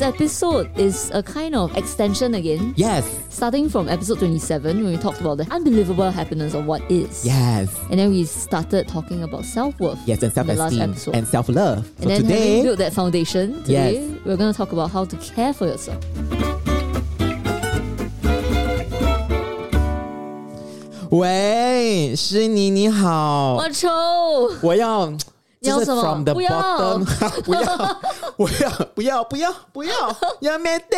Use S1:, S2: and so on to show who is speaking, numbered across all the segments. S1: episode is a kind of extension again,
S2: Yes.
S1: starting from episode 27 when we talked about the unbelievable happiness of what is.
S2: Yes.
S1: And then we started talking about self worth.
S2: Yes, and self
S1: the last
S2: esteem
S1: episode.
S2: and self love. So
S1: And then having
S2: today,
S1: built that foundation, today
S2: Yes.
S1: we're going to talk about how to care for yourself.
S2: 喂，诗妮你好，
S1: 我臭，
S2: 我要
S1: 你要
S2: 就是
S1: 什么
S2: from the
S1: 不要
S2: bottom，不要，我要不要不要不要要没得，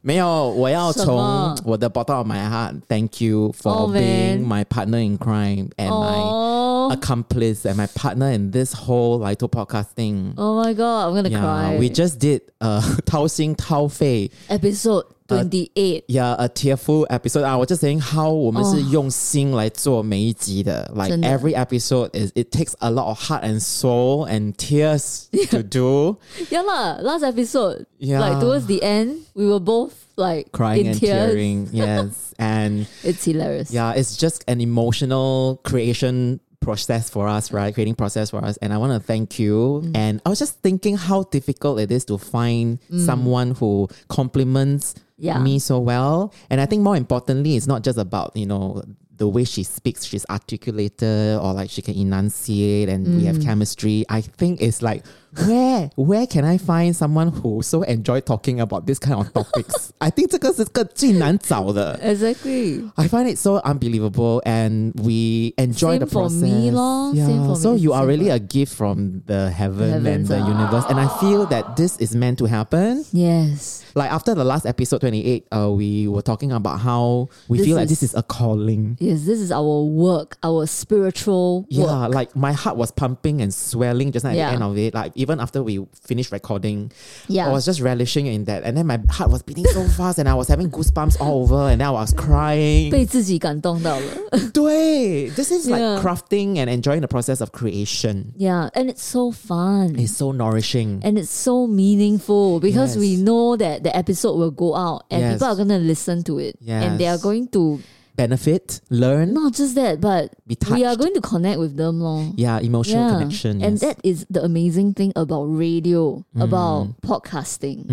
S2: 没有，我要
S1: 什
S2: 从
S1: 么
S2: 我的 bottom of my heart thank you for
S1: Oh,
S2: being
S1: man. Oh。
S2: my partner in crime and my Uh,
S1: 哦
S2: accomplice and my partner in this whole Lito podcasting.
S1: oh my god, I'm going to cry.
S2: Yeah, we just did uh 掏心掏肺。
S1: episode
S2: Uh,
S1: 28.
S2: Yeah, a tearful episode. I was just saying how 我们是用心来做每一集的。Like
S1: Oh, 真的
S2: every episode is it takes a lot of heart and soul and tears to do.
S1: yeah, lah, last episode,
S2: Yeah.
S1: like towards the end, we were both like
S2: Crying
S1: in
S2: and
S1: tears.
S2: tearing. Yes. and
S1: It's hilarious.
S2: yeah, it's just an emotional creation process for us, right? Creating process for us. And I want to thank you. And I was just thinking how difficult it is to find someone who compliments
S1: Yeah.
S2: me so well. And I think more importantly, it's not just about, you know, the way she speaks, she's articulated or like she can enunciate and we have chemistry. I think it's like, where where can I find someone who so enjoy talking about this kind of topics? I think 这个是个最难找的。
S1: Exactly.
S2: I find it so unbelievable, and we
S1: Same
S2: enjoy the
S1: for
S2: process.
S1: me lor,
S2: Yeah.
S1: same for
S2: so
S1: me,
S2: you are
S1: same
S2: really a gift from the heaven and
S1: Heavens,
S2: the
S1: ah.
S2: universe, and I feel that this is meant to happen.
S1: Yes.
S2: Like after the last episode twenty eight, uh, we were talking about how we
S1: This
S2: feel like
S1: is-
S2: this is a calling.
S1: Yes, this is our work, our spiritual
S2: Yeah,
S1: work.
S2: like my heart was pumping and swelling just now at
S1: Yeah.
S2: the end of it. Like even after we finished recording,
S1: Yeah.
S2: I was just relishing in that, and then my heart was beating so fast, and I was having goosebumps all over, and then I was crying.
S1: 被自己感动到了。
S2: 对, this is like
S1: Yeah.
S2: crafting and enjoying the process of creation.
S1: yeah, and it's so fun.
S2: It's so nourishing.
S1: and it's so meaningful because
S2: Yes.
S1: we know that the episode will go out and
S2: Yes.
S1: people are going to listen to it. And they are
S2: Yes.
S1: going to,
S2: Benefit, learn.
S1: not just that, but
S2: Be
S1: we are
S2: touched.
S1: going to connect with them. Long.
S2: Yeah, emotional connection.
S1: And
S2: yes. Mm.
S1: that is the amazing thing about radio, about podcasting.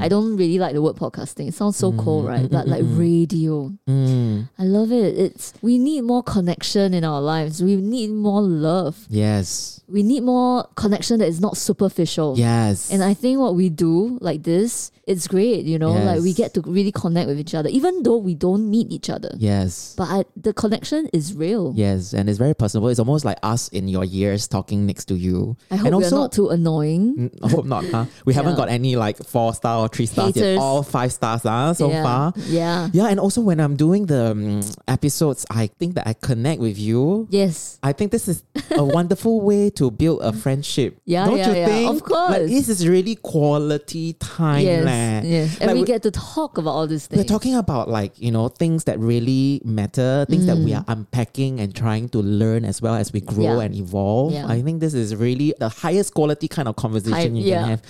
S1: I don't really like the word podcasting. It sounds so
S2: Mm.
S1: cool, right? But like radio. I love it. It's we need more connection in our lives. We need more love.
S2: yes.
S1: We need more connection that is not superficial.
S2: Yes.
S1: And I think what we do like this, it's great, you know, like we
S2: Yes.
S1: get to really connect with each other, even though we don't meet each other.
S2: yes.
S1: But I, the connection is real.
S2: Yes, and it's very personable. It's almost like us in your ears talking next to you.
S1: I hope
S2: and
S1: we're
S2: also,
S1: not too annoying.
S2: Mm, I hope not. Huh? We haven't
S1: Yeah.
S2: got any like four star or three stars yet.
S1: Haters.
S2: All five stars huh, so
S1: yeah.
S2: far.
S1: Yeah.
S2: Yeah, and also when I'm doing the um, episodes, I think that I connect with you.
S1: Yes.
S2: I think this is a wonderful way to build a friendship.
S1: Yeah,
S2: don't
S1: yeah,
S2: you
S1: yeah.
S2: think?
S1: Of course.
S2: Like, this is really quality time.
S1: Yes.
S2: leh.
S1: Yes. And
S2: Like,
S1: we,
S2: we-
S1: get to talk about all these
S2: We're
S1: things.
S2: talking about like you know things that really matter, things that we are unpacking and trying to learn as well as we grow
S1: Mm. Yeah.
S2: and evolve.
S1: Yeah.
S2: I think this is really the highest quality kind of conversation
S1: Hi-
S2: you
S1: yeah.
S2: can have.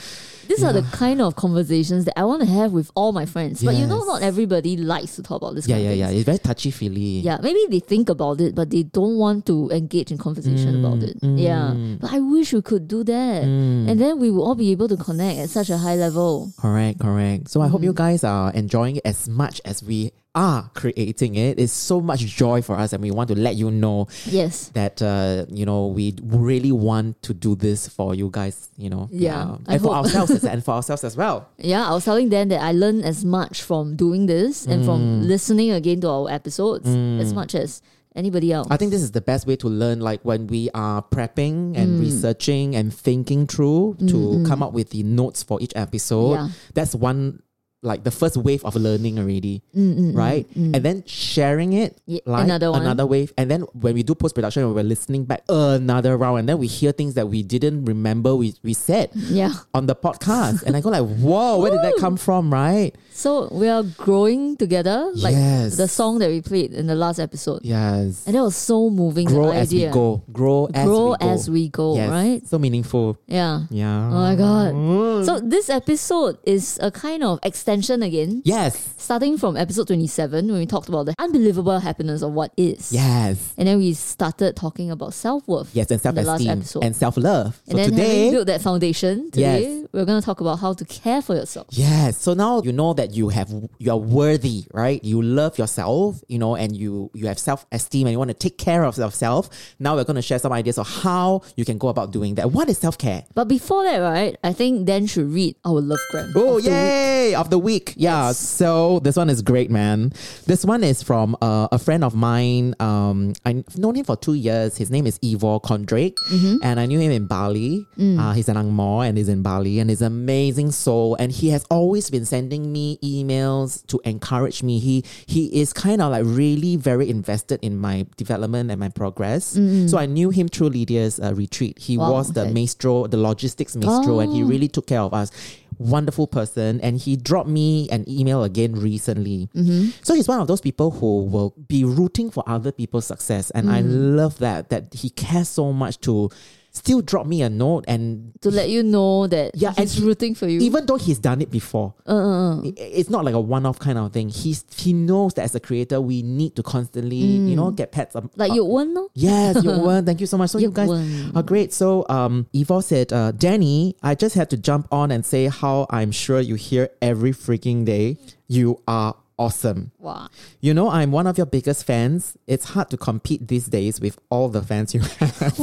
S1: These are the kind of conversations that I want to have with all my friends. But you know,
S2: Yes.
S1: not everybody likes to talk about this
S2: Yeah,
S1: kind
S2: yeah,
S1: of
S2: yeah.
S1: things.
S2: It's very touchy feely.
S1: Yeah, maybe they think about it, but they don't want to engage in
S2: Mm,
S1: conversation about it. Yeah, but I wish we could do that,
S2: Mm.
S1: and then we will all be able to connect at such a high level.
S2: Correct, correct. So I hope you
S1: Mm-hmm.
S2: guys are enjoying it as much as we are creating it. It's so much joy for us, and we want to let you know
S1: Yes,
S2: that uh, you know we really want to do this for you guys. You know,
S1: Yeah, I
S2: and for
S1: hope.
S2: ourselves as- and for ourselves as well.
S1: yeah. I was telling them that I learned as much from doing this and
S2: Mm.
S1: from listening again to our episodes as much as anybody else.
S2: I think this is the best way to learn. Like when we are prepping
S1: Mm.
S2: and researching and thinking through to come up with the notes for each episode.
S1: Mm-hmm. Yeah.
S2: That's one. Like the first wave of learning already,
S1: Mm,
S2: right? And then sharing it,
S1: Ye-
S2: like
S1: Mm-hmm. another one.
S2: another wave. And then when we do post production, we're listening back another round, and then we hear things that we didn't remember we, we said.
S1: yeah.
S2: on the podcast and I go like, whoa, where did that come from, right?
S1: So we are growing together, like
S2: Yes.
S1: the song that we played in the last episode,
S2: Yes.
S1: and that was so moving. the
S2: Grow as we
S1: idea.
S2: go. Grow as
S1: grow
S2: we go.
S1: as we go,
S2: Yes.
S1: right?
S2: So meaningful.
S1: Yeah.
S2: Yeah.
S1: Oh my god. So this episode is a kind of ascension again.
S2: Yes.
S1: Starting from episode 27, when we talked about the unbelievable happiness of what is.
S2: Yes.
S1: And then we started talking about self worth.
S2: Yes. And self
S1: In the last
S2: esteem
S1: episode.
S2: and self love. So
S1: And then having
S2: today.
S1: built that foundation, today we're going to talk about how to care for yourself.
S2: Yes. So now you know that you have you are worthy, right? You love yourself, you know, and you you have self esteem and you want to take care of yourself. Now we're going to share some ideas of how you can go about doing that. What is self care?
S1: But before that, right, I think Dan should read our love gram.
S2: Oh
S1: of the week.
S2: yay! Of the week, yeah. So this one is great, man. This one is from uh, a friend of mine. Um, I've known him for two years. His name is Ivor Kondrake,
S1: Mm-hmm.
S2: and I knew him in Bali.
S1: Mm.
S2: Uh, he's an Angmor and he's in Bali, and he's an amazing soul. And he has always been sending me emails to encourage me. He he is kind of like really very invested in my development and my progress. So I knew him through Lydia's uh, retreat. He
S1: Mm-hmm. Wow,
S2: was the
S1: okay.
S2: maestro, the logistics maestro, and he
S1: Oh.
S2: really really took care of us. Wonderful person, and he dropped me an email again recently.
S1: Mm-hmm.
S2: So he's one of those people who will be rooting for other people's success, and I
S1: Mm.
S2: love that that he cares so much to still drop me a note and
S1: To let you know that
S2: Yeah, and
S1: he's rooting for you. Uh,
S2: even though he's done it before, i- it's not like a one-off kind of thing. He's he knows that as a creator, we need to constantly, you know, get pets um, up-
S1: Mm. like
S2: up-
S1: your one, no?
S2: Yes, you won. Thank you so much. So you,
S1: Yeok
S2: guys
S1: Won.
S2: are great. So um, Ivor said, uh, Danny, I just had to jump on and say how I'm sure you hear every freaking day. You are awesome.
S1: Wow.
S2: You know, I'm one of your biggest fans. It's hard to compete these days with all the fans you have.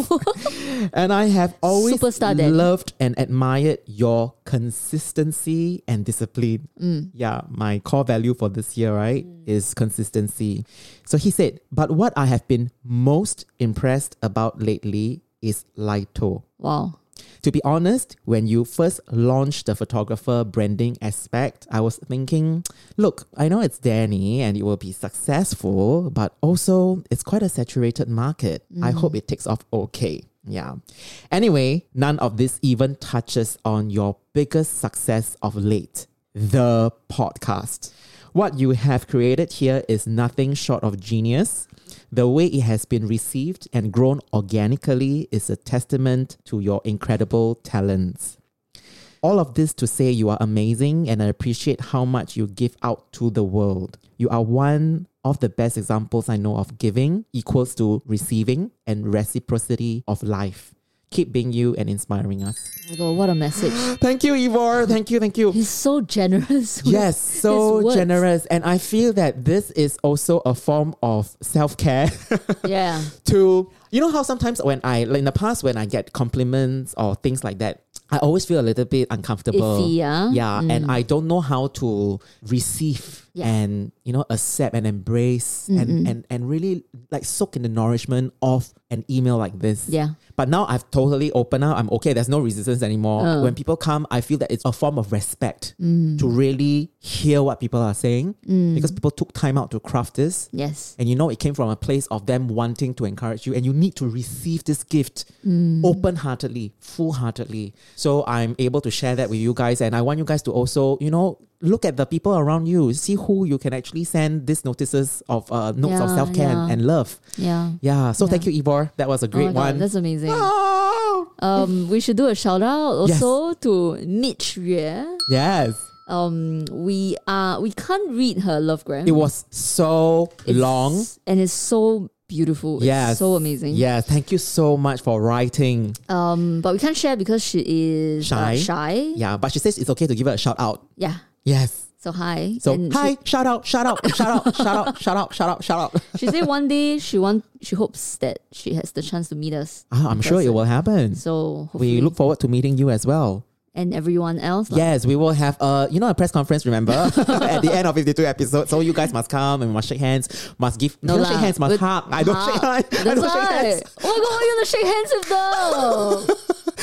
S2: and I have always
S1: Superstar Danny.
S2: loved and admired your consistency and discipline. Yeah, my core value for this year, right, is consistency. So he said, but what I have been most impressed about lately is Lito.
S1: Wow. Oh
S2: To be honest, when you first launched the photographer branding aspect, I was thinking, look, I know it's Danny and it will be successful, but also it's quite a saturated market. I hope it takes off okay. Yeah. Anyway, none of this even touches on your biggest success of late the podcast. What you have created here is nothing short of genius. The way it has been received and grown organically is a testament to your incredible talents. All of this to say you are amazing and I appreciate how much you give out to the world. You are one of the best examples I know of giving equals to receiving and reciprocity of life. Keep being you and inspiring us.
S1: Oh my God, what a message.
S2: Thank you, Ivor. Thank you. Thank you.
S1: He's so generous. with
S2: Yes,
S1: his
S2: so
S1: words.
S2: generous. And I feel that this is also a form of self care
S1: Yeah.
S2: to, you know, how sometimes when I, like in the past, when I get compliments or things like that, I always feel a little bit uncomfortable.
S1: Iffy, yeah?
S2: Yeah. And I don't know how to receive
S1: Yeah.
S2: and, you know, accept and embrace and, and, and really like soak in the nourishment of an email like this.
S1: Yeah.
S2: But now I've totally opened up. I'm okay. There's no resistance anymore.
S1: Oh.
S2: When people come, I feel that it's a form of respect
S1: Mm.
S2: to really hear what people are saying because people took time out to craft this.
S1: Yes.
S2: And you know, it came from a place of them wanting to encourage you, and you need to receive this gift
S1: Mm.
S2: open heartedly, full heartedly. So I'm able to share that with you guys, and I want you guys to also, you know, look at the people around you, see who you can actually send these notices of uh, notes of
S1: Yeah,
S2: self care
S1: yeah.
S2: and love.
S1: Yeah.
S2: Yeah. So
S1: Yeah.
S2: thank you, Ivor. That was a
S1: oh
S2: great
S1: my God,
S2: one.
S1: that's amazing.
S2: Oh.
S1: Um, we should do a shout out
S2: Yes.
S1: also to Mitch Yue.
S2: Yes.
S1: Um, we are we can't read her love gram.
S2: It was so
S1: It's-
S2: long.
S1: and it's so beautiful. It's
S2: Yes.
S1: so amazing.
S2: Yeah. Thank you so much for writing.
S1: Um, but we can't share because she is uh,
S2: Shy.
S1: shy.
S2: Yeah. But she says it's okay to give her a shout out.
S1: Yeah.
S2: Yes.
S1: So hi.
S2: So
S1: And
S2: hi, shout out, shout out, shout out, shout out, shout out, shout out, shout out.
S1: She, she said one day she want she hopes that she has the chance to meet us.
S2: Ah, I'm sure it will happen.
S1: So hopefully
S2: We look forward to meeting you as well.
S1: and everyone else. lah.
S2: Yes, we will have a you know a press conference. Remember at the end of 52 episodes, so you guys must come and must shake hands, must give no,
S1: lah.
S2: shake hands, must
S1: With-
S2: hug. I don't shake hands. I don't
S1: That's
S2: shake
S1: why.
S2: hands.
S1: Oh my god, you're gonna shake hands with them.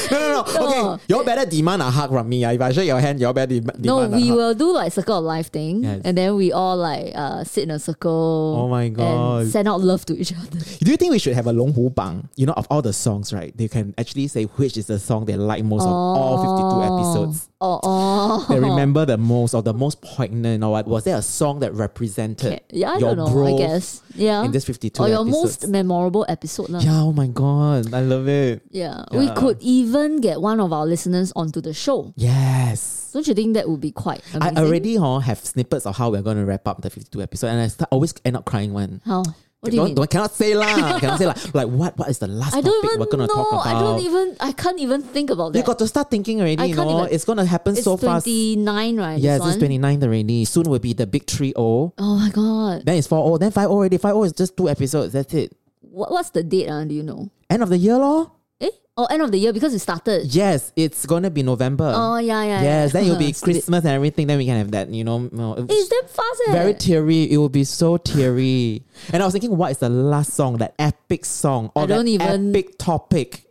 S2: No, no, no. Okay, y'all better demand a hug from me. ah. If I shake your hand, y'all better dem-
S1: no,
S2: demand a
S1: we
S2: hug.
S1: will do like circle of life thing,
S2: Yes.
S1: and then we all like uh sit in a circle.
S2: Oh my God.
S1: And send out love to each other.
S2: Do you think we should have a Long Hu Bang? You know, of all the songs, right? They can actually say which is the song they like most of all 52 episodes.
S1: Oh, oh.
S2: They remember the most or the most poignant or what? Was there a song that represented
S1: Yeah, I
S2: your
S1: don't know. I
S2: growth
S1: guess. Yeah.
S2: in this 52
S1: or your
S2: episodes?
S1: most memorable episode, lah.
S2: yeah, oh my god, I love it.
S1: Yeah.
S2: Yeah.
S1: We could even even get one of our listeners onto the show.
S2: Yes.
S1: Don't you think that would be quite amazing?
S2: I already huh, have snippets of how we're going to wrap up the 52 episode, and I st- always end up crying when.
S1: How? What do you
S2: don't,
S1: mean?
S2: don't- cannot say lah. cannot say like like what what is the last
S1: I don't
S2: topic
S1: even
S2: we're gonna
S1: know.
S2: talk about?
S1: I don't even. I can't even think about that.
S2: you got to start thinking already.
S1: I
S2: you
S1: can't
S2: know,
S1: even-
S2: it's gonna happen
S1: it's
S2: so fast.
S1: twenty nine, right?
S2: Yes,
S1: this
S2: it's
S1: one?
S2: 29th already. Soon will be the big 3 0.
S1: Oh my god!
S2: Then it's 4 0. Then 5 already. 5 0 is just two episodes. That's it.
S1: What, what's the date? Uh, do you know?
S2: End of the year, lor.
S1: Eh? Oh, end of the year because it started.
S2: Yes, it's gonna be November.
S1: Oh yeah, yeah.
S2: yes,
S1: yeah.
S2: then it'll be
S1: Stupid.
S2: Christmas and everything. Then we can have that, you know. no, it-
S1: It's damn fast. Eh?
S2: very teary. It will be so teary. and I was thinking, what is the last song, that epic song, or
S1: I don't
S2: that
S1: even-
S2: epic topic?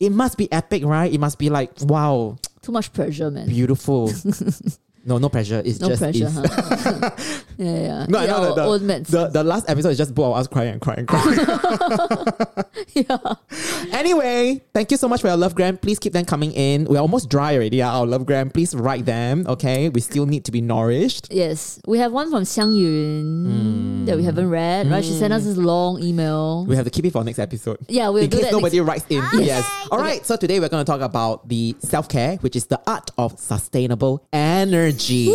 S2: it must be epic, right? It must be like, wow,
S1: Too much pressure, man.
S2: beautiful. no, no pressure. It's
S1: No
S2: just
S1: pressure.
S2: is.
S1: Huh? yeah, yeah.
S2: No, I
S1: yeah,
S2: know
S1: our
S2: that the,
S1: old meds.
S2: the, the last episode is just both of us crying and crying and crying.
S1: yeah.
S2: anyway, thank you so much for your love, Gram. Please keep them coming in. We're almost dry already, ah, our love, Gram. Please write them, okay? We still need to be nourished.
S1: Yes, we have one from Xiang Yun
S2: Hmm.
S1: that we haven't read. Right, she sent us this long email.
S2: We have to keep it for next episode.
S1: Yeah, we'll
S2: in
S1: do
S2: case
S1: that Ah.
S2: nobody writes in.
S1: Yes.
S2: Yes. All right. So today we're going to talk about the self care, which is the art of sustainable energy.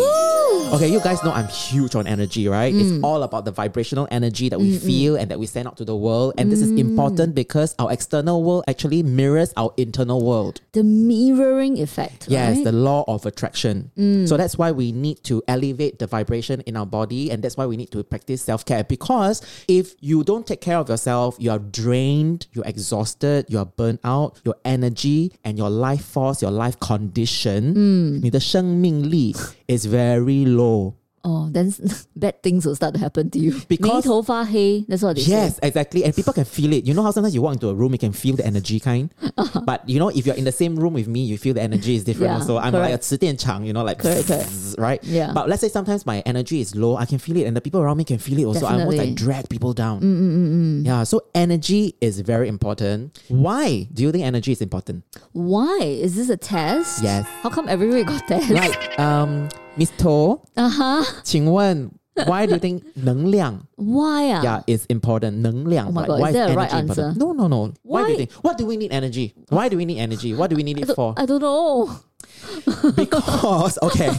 S2: Okay, you guys know I'm huge on energy, right?
S1: Mm.
S2: It's all about the vibrational energy that we feel and that we send out to the world. And this is
S1: Mm.
S2: important because our external world actually mirrors our internal world.
S1: The mirroring effect.
S2: Yes,
S1: right?
S2: the law of attraction. So that's why we need to elevate the vibration in our body, and that's why we need to practice self care. Because if you don't take care of yourself, you are drained, you're exhausted, you are burnt out, your energy and your life force, your life condition, 你的生命力 is very low.
S1: oh, then bad things will start to happen to you.
S2: Because-
S1: 没头发黑, that's what they say.
S2: Yes, exactly. And people can feel it. You know how sometimes you walk into a room, you can feel the energy kind. But you know, if you're in the same room with me, you feel the energy is different
S1: Yeah,
S2: also. I'm like a
S1: correct.
S2: 磁电场, you know, like
S1: Correct, correct.
S2: right?
S1: Yeah.
S2: But let's say sometimes my energy is low, I can feel it, and the people around me can feel it also. I
S1: Definitely.
S2: almost
S1: Mm,
S2: like drag people down. Yeah. So energy is very important. Why do you think energy is important?
S1: Why? Is this a test?
S2: Yes.
S1: How come every week got test?
S2: Like um Miss To,
S1: Uh-huh.
S2: 请问 why do you think 能量
S1: Why? Ah? Oh
S2: yeah, it's important. 能量.
S1: my
S2: like,
S1: God,
S2: why
S1: is that
S2: energy
S1: a right
S2: important?
S1: answer?
S2: No, no, no. Why? do you
S1: Why-
S2: think? What do we need energy? Why do we need energy? What do we need it for?
S1: I don't know.
S2: because okay,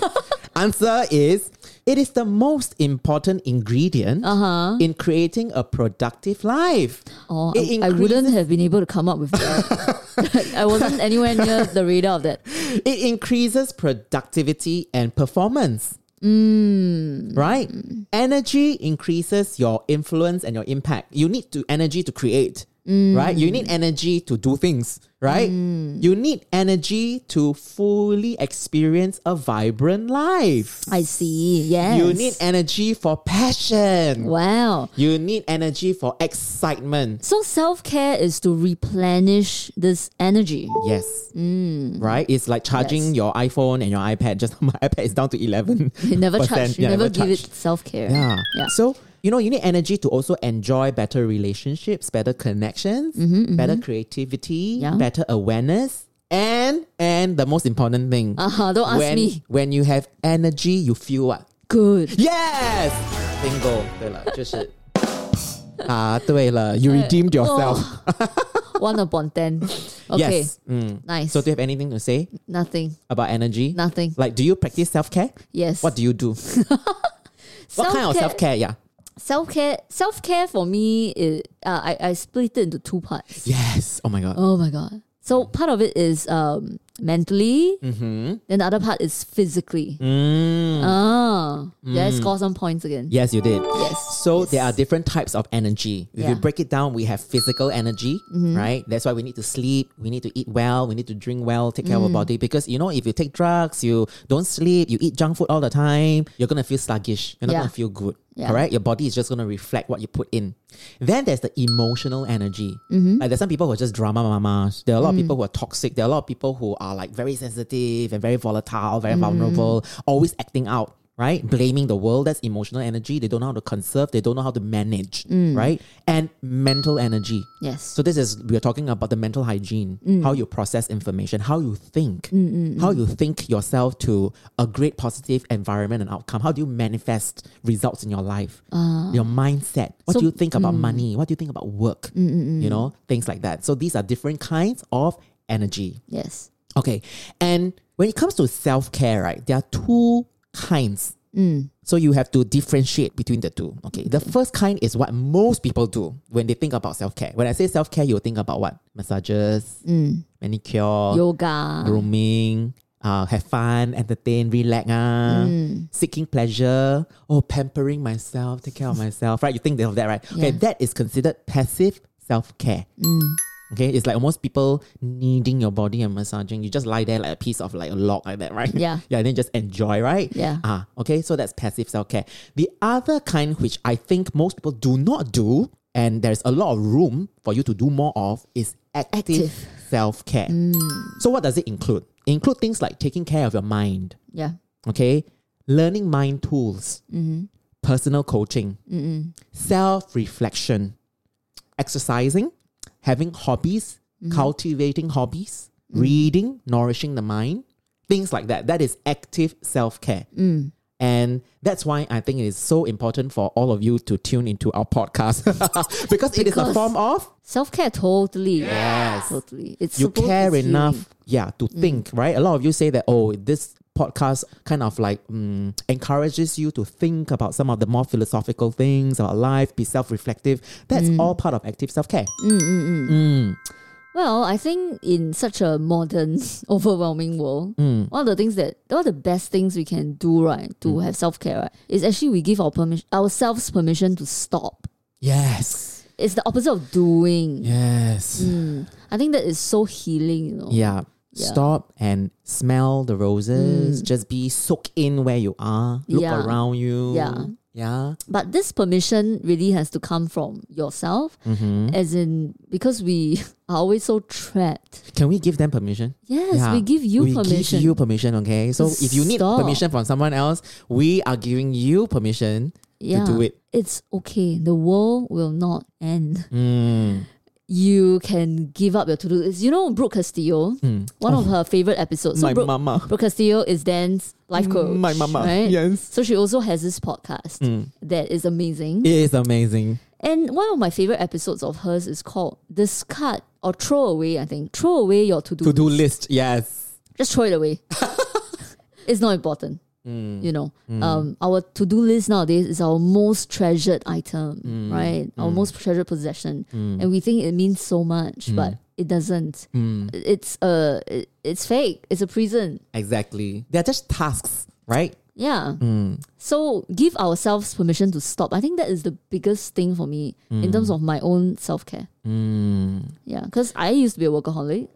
S2: answer is it is the most important ingredient
S1: Uh-huh.
S2: in creating a productive life.
S1: Oh,
S2: It
S1: I, I wouldn't
S2: increases-
S1: have been able to come up with that. Like, I wasn't anywhere near the radar of that.
S2: It increases productivity and performance.
S1: Mm.
S2: Right? Energy increases your influence and your impact. You need to energy to create,
S1: Mm.
S2: right? You need energy to do things, right? You need energy to fully experience a vibrant life.
S1: I see. Yes.
S2: You need energy for passion.
S1: Wow.
S2: You need energy for excitement.
S1: So self care is to replenish this energy.
S2: Yes. Right? It's like
S1: Mm.
S2: charging
S1: Yes.
S2: your iPhone and your iPad. Just my iPad is down to 11.
S1: You never charge. You
S2: Yeah,
S1: never, give
S2: charged.
S1: it self care.
S2: Yeah.
S1: Yeah.
S2: So, you know, you need energy to also enjoy better relationships, better connections, better creativity,
S1: Mm-hmm, Yeah.
S2: better awareness. And and the most important thing.
S1: Uh-huh, don't ask
S2: when,
S1: me.
S2: When you have energy, you feel what?
S1: Good.
S2: Yes! Bingo. 对了，就是 Ah, 啊，对了，you
S1: Uh,
S2: redeemed yourself.
S1: One upon ten. oh, Okay.
S2: Yes. Mm.
S1: Nice.
S2: So do you have anything to say
S1: Nothing.
S2: about energy?
S1: Nothing.
S2: Like, do you practice self care?
S1: Yes.
S2: What do you do? what kind of self care? Yeah.
S1: Self care. Self care for me is uh, I I split it into two parts.
S2: Yes. Oh my god.
S1: Oh my god. So part of it is um mentally, mm-hmm. then the other part is physically.
S2: Mm.
S1: Ah, did I score some points again?
S2: Yes, you did.
S1: Yes.
S2: So
S1: Yes.
S2: there are different types of energy. If you
S1: Yeah. Mm-hmm.
S2: break it down, we have physical energy, right? That's why we need to sleep, we need to eat well, we need to drink well, take care
S1: Mm.
S2: of our body. Because you know, if you take drugs, you don't sleep, you eat junk food all the time, you're gonna feel sluggish. You're not
S1: Yeah.
S2: gonna feel good.
S1: Yeah.
S2: Correct? Your body is just gonna reflect what you put in. Then there's the emotional energy.
S1: Mm-hmm.
S2: Like there's some people who are just drama mamas. There are a lot
S1: Mm.
S2: of people who are toxic. There are a lot of people who are like very sensitive and very volatile, very
S1: Mm.
S2: vulnerable, always acting out right? Blaming the world, that's emotional energy. They don't know how to conserve, they don't know how to manage,
S1: Mm.
S2: right? And mental energy.
S1: Yes. Mm.
S2: So this is we are talking about the mental hygiene, how you process information, how you think, how you think yourself to a great positive environment and outcome. How do you manifest results in your life? your mindset.
S1: Ah.
S2: What
S1: So- mm.
S2: do you think about money? What do you think about work? You know, things like that. So these are different kinds of energy.
S1: Yes.
S2: Okay. And when it comes to self care, right, there are two kinds. So you have to differentiate between the two. Okay. The first kind is what most people do when they think about self care. When I say self care, you think about what? Massages, manicure,
S1: Yoga.
S2: grooming, uh, have fun, entertain, relax, ah,
S1: Mm.
S2: seeking pleasure, or pampering myself, take care of myself, right? You think of that, right? Okay,
S1: Yeah. Mm.
S2: that is considered passive self care. Okay, it's like almost people kneading your body and massaging. You just lie there like a piece of like a log like that, right?
S1: Yeah.
S2: yeah, and then just enjoy, right?
S1: Yeah.
S2: Ah, okay, so that's passive self care. The other kind, which I think most people do not do, and there's a lot of room for you to do more of, is active,
S1: Active. Mm.
S2: self care. So, what does it include? Include things like taking care of your mind,
S1: Yeah.
S2: okay, learning mind tools, personal coaching, self reflection, exercising, having hobbies, cultivating hobbies, reading, nourishing the mind, things like that. That is active self care.
S1: Mm.
S2: And that's why I think it is so important for all of you to tune into our podcast because it is a
S1: Because-
S2: form of
S1: Self care, totally.
S2: Yes.
S1: Totally. It's
S2: you
S1: supposed-
S2: care
S1: it's Mm.
S2: enough
S1: healing.
S2: yeah to think right a lot of you say that oh this podcast kind of like mm, encourages you to think about some of the more philosophical things about life be self-reflective that's
S1: Mm.
S2: all part of active self-care Mm.
S1: Well, I think in such a modern, overwhelming world,
S2: Mm.
S1: one of the things that one of the best things we can do, right, to have self care, right, is actually we give our permission ourselves permission to stop.
S2: yes
S1: It's the opposite of doing. Mm.
S2: yes
S1: I think that is so healing, you know.
S2: yeah
S1: Yeah. Mm.
S2: Stop and smell the roses. Just be soak in where you are. Look
S1: Yeah.
S2: around you.
S1: Yeah.
S2: Yeah.
S1: But this permission really has to come from yourself,
S2: Mm-hmm. Hmm?
S1: as in because we are always so trapped.
S2: Can we give them permission?
S1: Yes,
S2: Yeah.
S1: we give you
S2: we
S1: permission.
S2: give you permission, okay? So if you need
S1: Stop.
S2: permission from someone else, we are giving you permission
S1: yeah,
S2: to do it.
S1: It's okay. The world will not end.
S2: Mm.
S1: You can give up your to do list. You know, Brooke Castillo,
S2: Mm.
S1: one of her favorite episodes. So
S2: Oh. My
S1: Brooke,
S2: mama.
S1: Brooke Castillo is Dan's life coach.
S2: My mama.
S1: Right?
S2: Yes.
S1: So she also has this podcast that is amazing.
S2: Mm. It is amazing.
S1: And one of my favorite episodes of hers is called Discard or Throw Away, I think. Throw away your to do
S2: To do list, yes.
S1: just throw it away. it's not important. You know, um, our to do list nowadays is our most treasured item, right? Our most treasured possession, and we think it means so much, but it doesn't. It's uh, it, it's fake. It's a prison.
S2: Exactly. They're just tasks, right?
S1: Yeah. So give ourselves permission to stop. I think that is the biggest thing for me in terms of my own self care.
S2: Mm.
S1: Yeah, because I used to be a workaholic.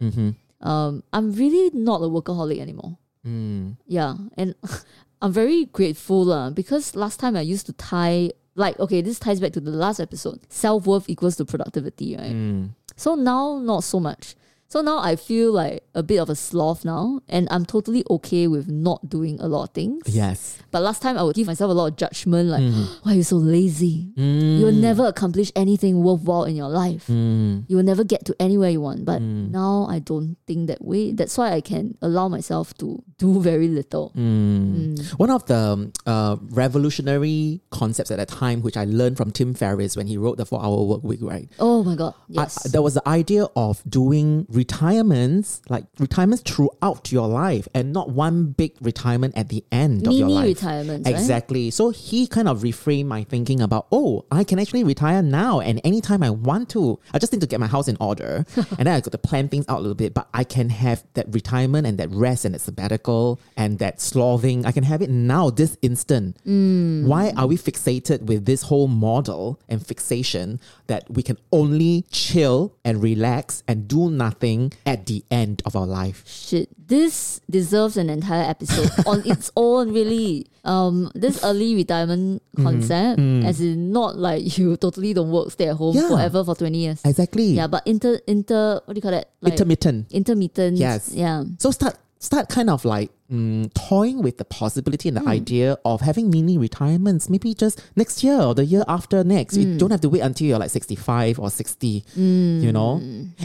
S1: Um, I'm really not a workaholic anymore.
S2: Mm.
S1: Yeah, and I'm very grateful lah because last time I used to tie like okay, this ties back to the last episode. Self worth equals to productivity, right? So now not so much. So now I feel like a bit of a sloth now, and I'm totally okay with not doing a lot of things.
S2: Yes.
S1: But last time I would give myself a lot of judgment, like, why are you so lazy? You will never accomplish anything worthwhile in your life. You will never get to anywhere you want. But now I don't think that way. That's why I can allow myself to do very little.
S2: One of the um, uh, revolutionary concepts at that time, which I learned from Tim Ferriss when he wrote the Four Hour Work Week, right?
S1: Oh my God.
S2: I-
S1: Yes.
S2: there was the idea of doing retirements, like retirements throughout your life and not one big retirement at the end of your
S1: Mini
S2: life.
S1: retirements, right?
S2: Exactly. So he kind of reframed my thinking about, oh, I can actually retire now and anytime I want to. I just need to get my house in order and then I got to plan things out a little bit, but I can have that retirement and that rest and that sabbatical and that slothing. I can have it now, this instant. Why are we fixated with this whole model and fixation that we can only chill and relax and do nothing at the end of our life?
S1: Shit. This deserves an entire episode on its own, really. Um, this early retirement
S2: Mm-hmm.
S1: concept, as in not like you totally don't work, stay at home
S2: Mm. Yeah.
S1: forever for 20 years.
S2: Exactly.
S1: Yeah, but inter, inter, what do you call that? Like,
S2: Intermittent.
S1: intermittent.
S2: Yes.
S1: Yeah.
S2: So start start kind of like mm, toying with the possibility and the idea of having mini retirements, maybe just next year or the year after next. You don't have to wait until you're like 65 or 60, you know?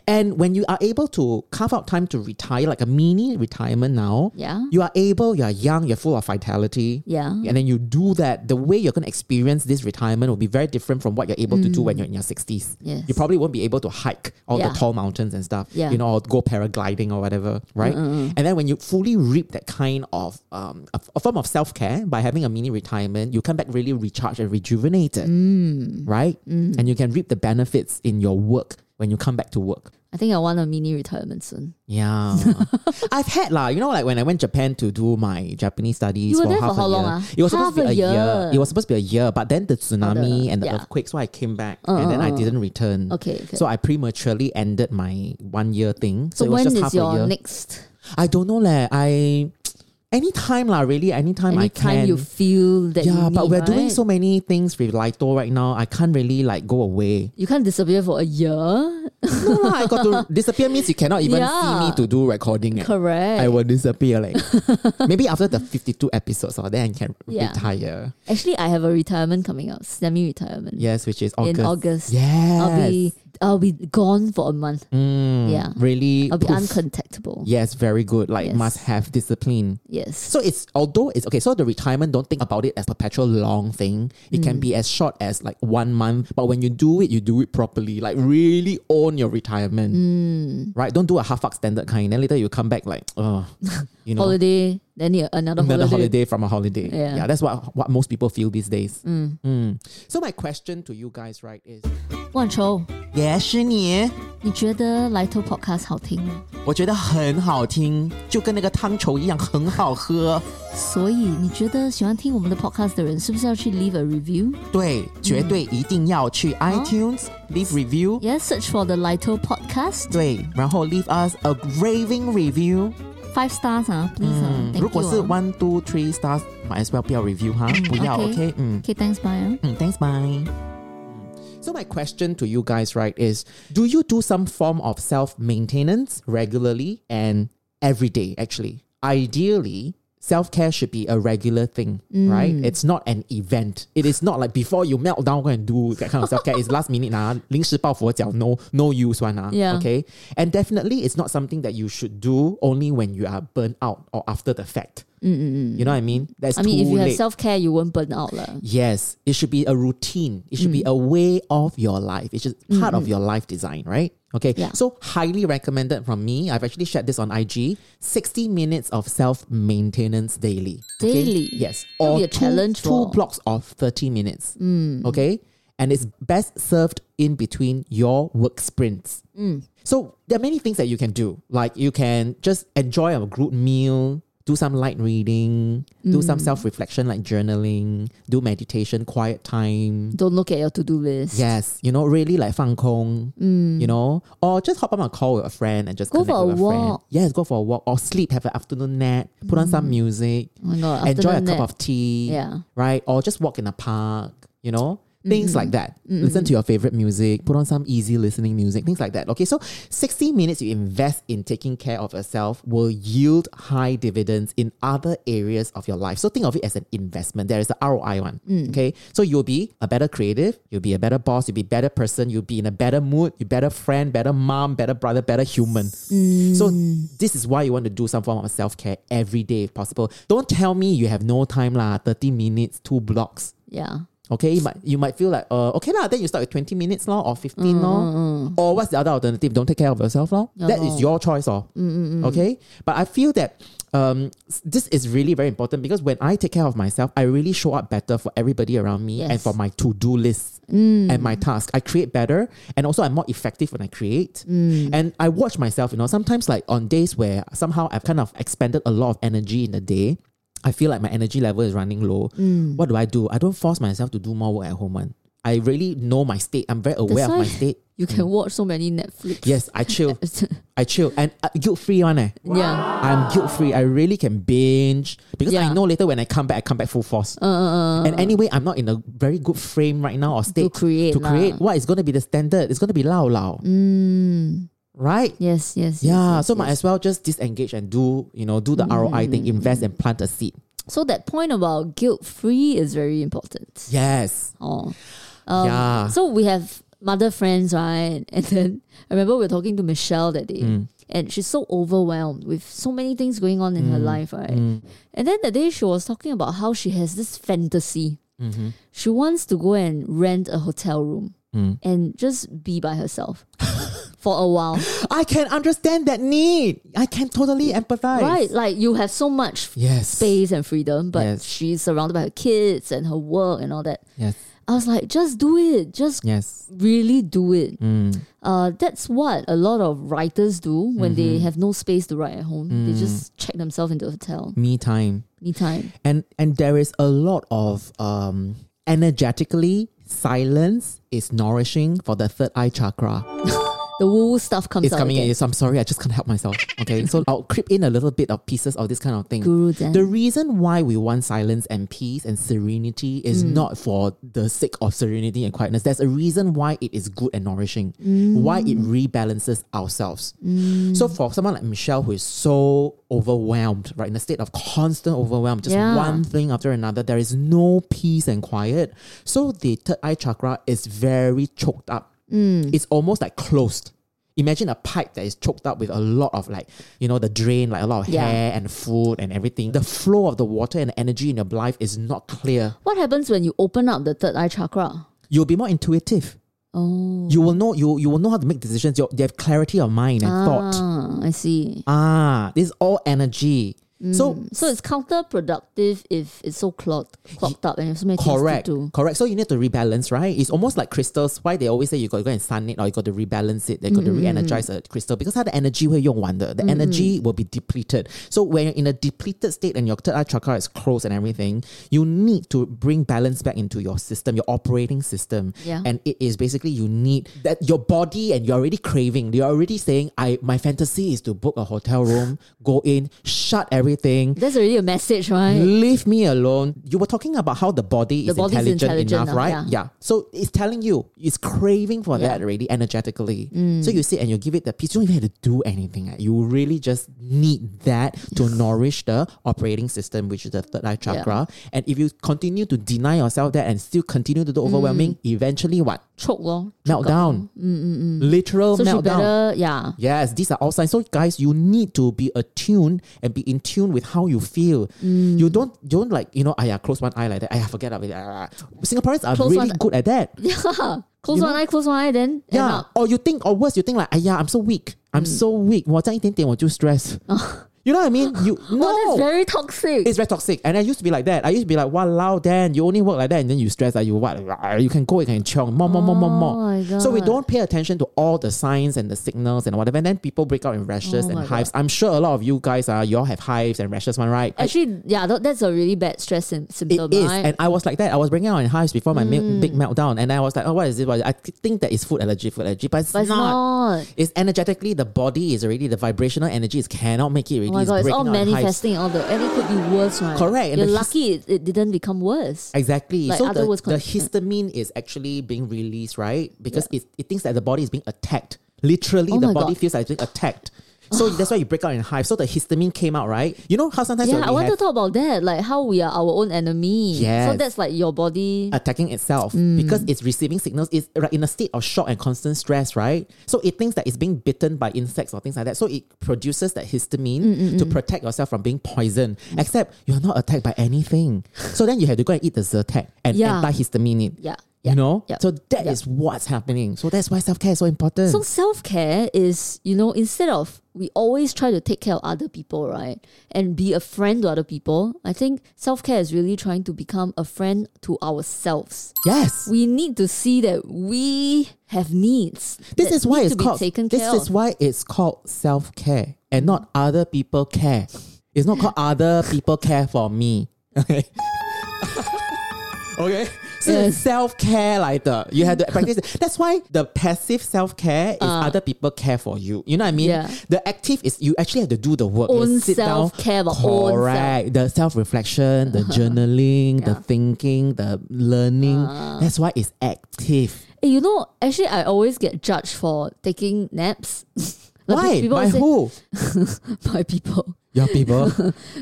S2: And when you are able to carve out time to retire, like a mini retirement now,
S1: Yeah.
S2: you are able, you're young, you're full of vitality.
S1: Yeah.
S2: And then you do that, the way you're going to experience this retirement will be very different from what you're able to do when you're in your
S1: Mm.
S2: 60s.
S1: Yes.
S2: You probably won't be able to hike all
S1: Yeah.
S2: the tall mountains and stuff,
S1: Yeah.
S2: you know, or go paragliding or whatever, right? And then when you fully reap that kind of um, a, a form of self care by having a mini retirement, you come back really recharged and rejuvenated,
S1: Mm.
S2: right? And you can reap the benefits in your work when you come back to work.
S1: I think I want a mini retirement soon.
S2: Yeah, I've had lah. You know, like when I went Japan to do my Japanese studies
S1: You were
S2: for
S1: there
S2: half
S1: for how
S2: a
S1: long
S2: year.
S1: ah?
S2: It was
S1: Half
S2: supposed to be
S1: a
S2: a year.
S1: year.
S2: It was supposed to be a year, but then the tsunami and the
S1: yeah. Uh,
S2: earthquake, so I came back and then I didn't return.
S1: Okay, okay.
S2: So I prematurely ended my one year thing.
S1: So,
S2: So, it was
S1: when
S2: just half
S1: is
S2: a year.
S1: your next
S2: I don't know leh. I anytime lah, really. Anytime I
S1: anytime
S2: can.
S1: you feel that you
S2: yeah, but
S1: need,
S2: we're doing
S1: right?
S2: so many things with Lito right now. I can't really like go away.
S1: You can't disappear for a year.
S2: No lah, I got to disappear means you cannot even see
S1: Yeah.
S2: me to do recording. eh.
S1: Correct.
S2: I will disappear. Like maybe after the fifty-two episodes, or then I can
S1: Yeah.
S2: retire.
S1: Actually, I have a retirement coming up, semi retirement.
S2: Yes, which is August.
S1: In August.
S2: Yes.
S1: I'll be I'll be gone for a month.
S2: Mm,
S1: yeah.
S2: Really.
S1: I'll be
S2: poof.
S1: uncontactable.
S2: yes, very good. Like
S1: Yes.
S2: must have discipline.
S1: Yes.
S2: So it's although it's okay. So the retirement, don't think about it as perpetual long thing. It
S1: Mm.
S2: can be as short as like one month. But when you do it, you do it properly. Like really own your retirement,
S1: Mm.
S2: right? Don't do a half-fuck standard kind. Then later you come back like, oh, you know,
S1: holiday, then you- another,
S2: another
S1: holiday.
S2: holiday from a holiday.
S1: Yeah.
S2: that's what what most people feel these days. Mm. So my question to you guys, right, is
S1: 万愁，
S2: 也是你，
S1: 你觉得来头 podcast 好听吗？
S2: 我觉得很好听，就跟那个汤稠一样，很好喝。对，绝对
S1: 所
S2: 一定要
S1: 以你觉得喜欢听我们的 podcast 的人，是不是要去 leave a review？
S2: 去 iTunes leave review。
S1: Yeah, search for the Lito podcast.
S2: 对，然后 leave us a raving review。
S1: Five stars 啊，please 啊、thank you 啊。
S2: Mm, 如果是 one two three stars，might as well 不要 review 哈，不要
S1: okay。
S2: OK，嗯。
S1: Okay, thanks, bye 啊。
S2: Mm, thanks, bye. So my question to you guys, right, is do you do some form of self-maintenance regularly and every day, actually? Ideally, self-care should be a regular thing,
S1: Mm.
S2: right? It's not an event. It is not like before you melt down, go and do that kind of self-care. it's last minute, nah, 临时抱佛脚, no, no use one, ah.
S1: Yeah.
S2: okay? And definitely, it's not something that you should do only when you are burnt out or after the fact. You know what I mean? That's
S1: Mm, I mean,
S2: too
S1: if you have
S2: late.
S1: self care, you won't burn out lah.
S2: Yes, it should be a routine. It should be
S1: Mm.
S2: a way of your life. It's just part of your life design, right? Okay.
S1: Yeah.
S2: So highly recommended from me. I've actually shared this on IG. 60 minutes of self-maintenance daily. Okay?
S1: Daily?
S2: Yes.
S1: That'll be a
S2: two-
S1: challenge
S2: two
S1: for-
S2: blocks of 30 minutes.
S1: Hmm.
S2: Okay? And it's best served in between your work sprints.
S1: Hmm.
S2: So there are many things that you can do. Like you can just enjoy a good meal, do some light reading,
S1: Hmm.
S2: do some self-reflection like journaling, do meditation, quiet time.
S1: Don't look at your to do list.
S2: Yes, you know, really like fang kong, you know, or just hop on a call with a friend and just
S1: Hmm. Go
S2: connect
S1: for a
S2: with friend.
S1: walk.
S2: Yes, go for a walk or sleep, have an afternoon nap, put on some music,
S1: Oh my god. after
S2: enjoy a
S1: that-
S2: cup of tea,
S1: Yeah.
S2: right? Or just walk in a park, you know, things like that. Listen to your favorite music, put on some easy listening music, things like that. Okay, so 60 minutes you invest in taking care of yourself will yield high dividends in other areas of your life. So think of it as an investment. There is a ROI one. Okay, so you'll be a better creative, you'll be a better boss, you'll be a better person, you'll be in a better mood, you better friend, better mom, better brother, better human. So this is why you want to do some form of self care every day if possible. Don't tell me you have no time lah. Thirty minutes, two blocks.
S1: Yeah.
S2: Okay, you might you might feel like uh okay lah. Then you start with twenty minutes lah or fifteen lah. Or what's the other alternative? Don't take care of yourself lah.
S1: Yeah
S2: That
S1: lor.
S2: is your choice or
S1: Mm,
S2: okay. But I feel that um s- this is really very important because when I take care of myself, I really show up better for everybody around me and
S1: Yes. Mm.
S2: for my to do list and my task. I create better and also I'm more effective when I create.
S1: Mm.
S2: And I watch myself, you know, sometimes like on days where somehow I've kind of expended a lot of energy in the day. I feel like my energy level is running low.
S1: Mm.
S2: What do I do? I don't force myself to do more work at home. Man. I really know my state. I'm very aware of
S1: why
S2: my state.
S1: You can watch so many Netflix.
S2: Mm. Yes, I chill. I chill and uh, guilt free one. Eh.
S1: yeah.
S2: I'm guilt free. I really can binge because
S1: Yeah. Uh-huh.
S2: I know later when I come back, I come back full force.
S1: Uh,
S2: and anyway, I'm not in a very good frame right now or state
S1: create
S2: to
S1: lah. Mm.
S2: create what is going to be the standard. It's going to be lao lao, right?
S1: Yes, yes. yes, yes,
S2: Yeah, so might
S1: yes. Mm.
S2: as well just disengage and do, you know, do the ROI thing, invest and plant a seed.
S1: so that point about guilt free is very important.
S2: Yes.
S1: Oh. Um,
S2: Yeah.
S1: So we have mother friends, right? And then I remember we were talking to Michelle that day.
S2: Hmm.
S1: And she's so overwhelmed with so many things going on in
S2: Hmm.
S1: her life, right? And then the day she was talking about how she has this fantasy.
S2: Mm-hmm.
S1: She wants to go and rent a hotel room
S2: Hmm.
S1: and just be by herself for a while.
S2: I can understand that need. I can totally empathize.
S1: Right? Like you have so much
S2: Yes.
S1: space and freedom, but
S2: Yes.
S1: she's surrounded by her kids and her work and all that.
S2: Yes.
S1: I was like, just do it. Just
S2: Yes.
S1: really do it.
S2: Mm.
S1: Uh, that's what a lot of writers do when they
S2: Mm-hmm.
S1: have no space to write at home.
S2: Mm.
S1: They just check themselves into a hotel.
S2: Me time.
S1: Me time.
S2: And and there is a lot of um energetically silence is nourishing for the third eye chakra.
S1: The woo woo stuff comes
S2: It's
S1: out.
S2: coming in.
S1: again.
S2: Yes, I'm sorry, I just can't help myself. Okay. so I'll creep in a little bit of pieces of this kind of thing.
S1: Guru then.
S2: The reason why we want silence and peace and serenity is
S1: Mm.
S2: not for the sake of serenity and quietness. There's a reason why it is good and nourishing,
S1: Mm.
S2: why it rebalances ourselves. So for someone like Michelle who is so overwhelmed, right, in a state of constant overwhelm, just
S1: Yeah.
S2: one thing after another, there is no peace and quiet. So the third eye chakra is very choked up.
S1: Mm.
S2: It's almost like closed. Imagine a pipe that is choked up with a lot of like, you know, the drain, like a lot of
S1: Yeah.
S2: hair air and food and everything. The flow of the water and energy in your life is not clear.
S1: what happens when you open up the third eye chakra?
S2: You'll be more intuitive.
S1: Oh.
S2: You will know you you will know how to make decisions. You'll, you have clarity of mind and thought.
S1: Ah, I see.
S2: Ah, this is all energy. So
S1: So it's counterproductive if it's so clogged, clogged up and you have so many
S2: correct,
S1: things to do.
S2: correct. So you need to rebalance, right? It's almost like crystals. Why they always say you got to go and sun it or you got to rebalance it. They got
S1: Mm-hmm.
S2: to re-energize a crystal because how the energy will yung The energy will be depleted. So when you're in a depleted state and your third eye chakra is closed and everything, you need to bring balance back into your system, your operating system.
S1: Yeah.
S2: And it is basically you need that your body and you're already craving. You're already saying, I my fantasy is to book a hotel room, go in, shut everything,
S1: That's already a message, right?
S2: Leave me alone. You were talking about how the body
S1: Mm. The
S2: is
S1: body's
S2: intelligent,
S1: intelligent
S2: enough,
S1: enough,
S2: right?
S1: yeah.
S2: So it's telling you, it's craving for
S1: Yeah. Mm.
S2: that already energetically. So you sit and you give it the peace. You don't even have to do anything. eh. You really just need that to nourish the operating system, which is the third eye chakra. And if you continue to deny yourself that and still continue
S1: Mm.
S2: to do overwhelming, eventually what?
S1: Choke, lor. Choke up.
S2: Meltdown. Literal
S1: Mm, So she
S2: meltdown.
S1: better, yeah.
S2: Yes, these are all signs. So guys, you need to be attuned and be in tune with how you feel.
S1: Mm.
S2: You don't you don't like, you know, ah, yeah, close one eye like that. Ah, yeah, forget about it. Ah, ah, ah. Singaporeans are
S1: Close
S2: really
S1: one-
S2: good at that.
S1: Yeah. Close
S2: You
S1: one eye, close one eye, then end
S2: Yeah.
S1: up.
S2: Or you think, or worse, you think like, ah, yeah, I'm so weak. I'm
S1: Mm.
S2: so weak. 我这样一点点我就 stress. you know what I mean? You no.
S1: Oh, that's very toxic.
S2: it's very toxic. And I used to be like that. I used to be like, wow, then you only work like that and then you stress like you what you can go, you can chong, more, more, more, more, more.
S1: Oh my
S2: So we
S1: God.
S2: don't pay attention to all the signs and the signals and whatever. And then people break out in rashes
S1: Oh
S2: and
S1: my
S2: hives. I'm sure a lot of you guys are you all have hives and rashes, one right? I-
S1: Actually, yeah, tha- that's a really bad stress sym-
S2: it
S1: symptom,
S2: is,
S1: right?
S2: and I was like that. I was breaking out in hives before my mil-
S1: Mm.
S2: big meltdown, and I was like, "Oh, what is it? What is it? I think that is food allergy, food allergy, but it's,
S1: but it's not.
S2: It's energetically the body is already the vibrational energy is cannot make it. Already.
S1: Oh my god, it's
S2: breaking
S1: all
S2: out in hives.
S1: manifesting, all the and it could be worse, right?
S2: Correct, and
S1: You're
S2: the his-
S1: lucky it, it didn't become worse.
S2: Exactly.
S1: Like
S2: so
S1: other
S2: the,
S1: words mm.
S2: the
S1: content.
S2: histamine is actually being released, right? Because it, it thinks that the body is being attacked. Literally,
S1: Oh
S2: the
S1: my
S2: body
S1: God.
S2: feels like it's being attacked. So that's why you break out in hives. So the histamine came out, right? You know how sometimes when
S1: yeah, I
S2: we
S1: want to
S2: have
S1: talk about that, like how we are our own enemy.
S2: Yes. Uh,
S1: So that's like your body.
S2: attacking itself
S1: Mm.
S2: because it's receiving signals. It's right in a state of shock and constant stress, right? So it thinks that it's being bitten by insects or things like that. So it produces that histamine
S1: Mm,
S2: to protect yourself from being poisoned. Except you're not attacked by anything. So then you have to go and eat the Zyrtec and
S1: Yeah.
S2: antihistamine it.
S1: yeah.
S2: you know
S1: yeah,
S2: so that is
S1: yeah.
S2: what's happening so that's why self-care is so important
S1: So self care is, you know, instead of we always try to take care of other people, right? And be a friend to other people, I think self care is really trying to become a friend to ourselves.
S2: yes
S1: We need to see that we have needs.
S2: this
S1: that
S2: is why
S1: need to
S2: it's
S1: be
S2: called
S1: taken
S2: this
S1: care
S2: is
S1: of.
S2: why it's called self-care and not other people care it's not called other people care for me okay okay so
S1: Yes.
S2: self-care like the you have to practice it. that's why the passive self-care is other people care for you you know what i mean
S1: Ah. Yeah.
S2: the active is you actually have to do the work You
S1: Own
S2: sit
S1: self-care,
S2: down
S1: but own self. Uh-huh.
S2: correct Right, the self
S1: Ah.
S2: reflection, the journaling, the thinking, the learning. That's why it's active.
S1: Eh, you know, actually, I always get judged for taking naps. Like,
S2: Why?
S1: People
S2: By
S1: always say,
S2: who?
S1: by people.
S2: Your people.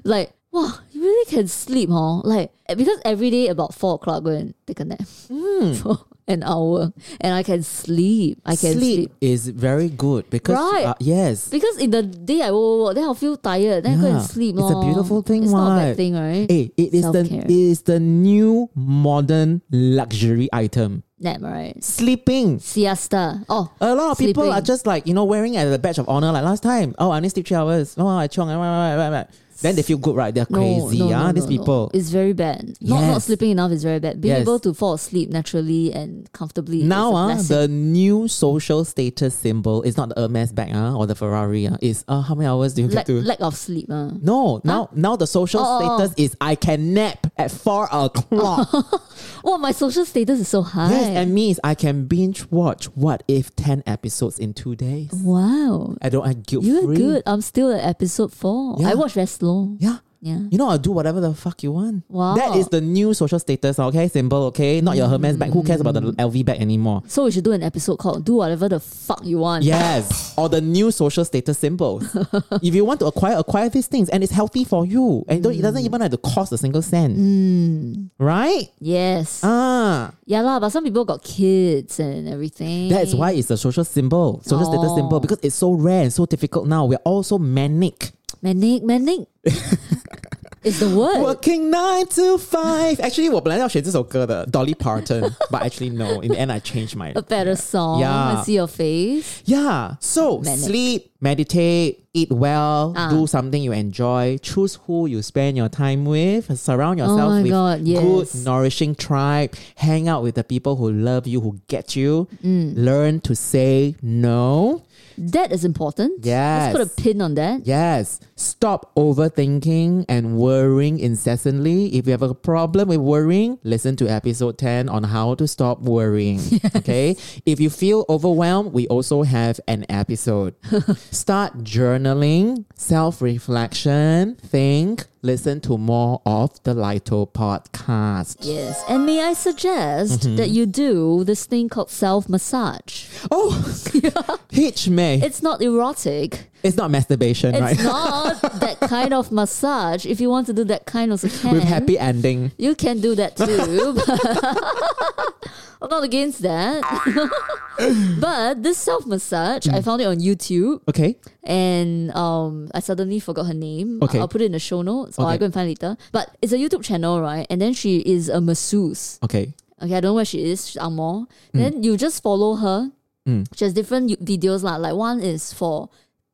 S1: Like, wow, you really can sleep, huh? Like, eh, because every day about four o'clock, go and take a nap
S2: Hmm.
S1: for an hour, and I can sleep. I can sleep.
S2: sleep is very good because
S1: Right.
S2: uh, yes.
S1: Because in the day I will work, then I'll feel tired. Then I go
S2: Yeah.
S1: and sleep.
S2: It's
S1: lor.
S2: a beautiful thing,
S1: It's not a
S2: right?
S1: bad thing, right?
S2: Hey, it is
S1: Self-care.
S2: the it is the new modern luxury item.
S1: Nap, right?
S2: Sleeping.
S1: Siesta. Oh,
S2: A lot of people are
S1: Sleeping.
S2: just like, you know, wearing it as a badge of honor like last time. Oh, I only sleep three hours. Oh, I chong. Right, right, right, right. ah, Then they feel good, right? They're crazy.
S1: No, no,
S2: ah,
S1: no,
S2: these
S1: no, no.
S2: people.
S1: It's very bad. Not not
S2: Yes.
S1: sleeping enough is very bad. Being
S2: Yes.
S1: able to fall asleep naturally and comfortably.
S2: Now, ah,
S1: is a blessing.
S2: the new social status symbol is not the Hermes bag ah, or the Ferrari. Ah, it's uh, how many hours do you
S1: lack,
S2: get to?
S1: lack of sleep. ah.
S2: no, now now the social
S1: Oh, oh, oh.
S2: status is I can nap at four o'clock.
S1: Oh, my social status is so high.
S2: yes, and means I can binge watch what if ten episodes in two days.
S1: wow.
S2: I don't. I guilt
S1: You're
S2: free.
S1: good. I'm still at episode four.
S2: Yeah.
S1: I watch very slow.
S2: Yeah.
S1: Yeah.
S2: You know, I'll do whatever the fuck you want.
S1: Wow.
S2: That is the new social status, okay? Symbol, okay? Not your Hermes bag. Who cares about the LV bag anymore?
S1: So we should do an episode called Do Whatever the Fuck You Want.
S2: Yes, or the new social status symbol. if you want to acquire, acquire these things, and it's healthy for you, and don't, it
S1: Mm.
S2: doesn't even have to cost a single cent, right?
S1: Yes.
S2: Ah,
S1: Yeah, lah, but some people got kids and everything.
S2: that is why it's a social symbol, social status
S1: Oh.
S2: symbol, because it's so rare and so difficult now. We're all so manic.
S1: Manic, manic. it's the word.
S2: Working nine to five. Actually, 我本来要选这首歌的 Dolly Parton, but actually no. In the end, I changed my
S1: A better song.
S2: Yeah.
S1: I see your face.
S2: Yeah. So
S1: Manic.
S2: sleep, meditate, eat well,
S1: Ah.
S2: do something you enjoy, choose who you spend your time with, surround yourself
S1: Oh my
S2: with
S1: God,
S2: good,
S1: yes.
S2: nourishing tribe, hang out with the people who love you, who get you,
S1: Mm.
S2: learn to say no.
S1: That is important. Let's
S2: Yes.
S1: put a pin on that.
S2: Yes. Stop overthinking and worrying incessantly. If you have a problem with worrying, listen to episode 10 on how to stop worrying. Okay. If you feel overwhelmed, we also have an episode. Start journaling, self reflection, think, listen to more of the Lito podcast.
S1: Yes. And may I suggest
S2: Mm-hmm.
S1: that you do this thing called self massage?
S2: Oh, hitch me. It's,
S1: It's not erotic.
S2: not masturbation,
S1: It's
S2: right?
S1: not that kind of massage. If you want to do that kind, also can.
S2: With happy ending.
S1: You can do that too. but- I'm not against that. but this self massage,
S2: Mm.
S1: I found it on YouTube
S2: Okay.
S1: and um, I suddenly forgot her name.
S2: Okay.
S1: I'll put it in the show notes or
S2: Okay.
S1: I go and find later. But it's a YouTube channel, right? And then she is a masseuse.
S2: Okay.
S1: Okay, I don't know where she is. She's Angmoh.
S2: Hmm.
S1: Then you just follow her. She has different you- videos lah. Like one is for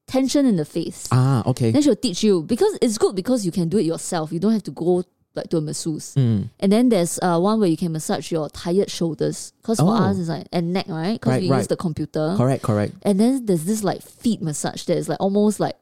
S1: tension in the face.
S2: Ah, okay.
S1: Then she'll teach you because it's good because you can do it yourself. You don't have to go like to a masseuse.
S2: Hmm.
S1: And then there's uh, one where you can massage your tired shoulders because for
S2: Oh.
S1: us it's like and neck right because
S2: Right,
S1: we use
S2: right.
S1: the computer.
S2: Correct, correct.
S1: And then there's this like feet massage that is like almost like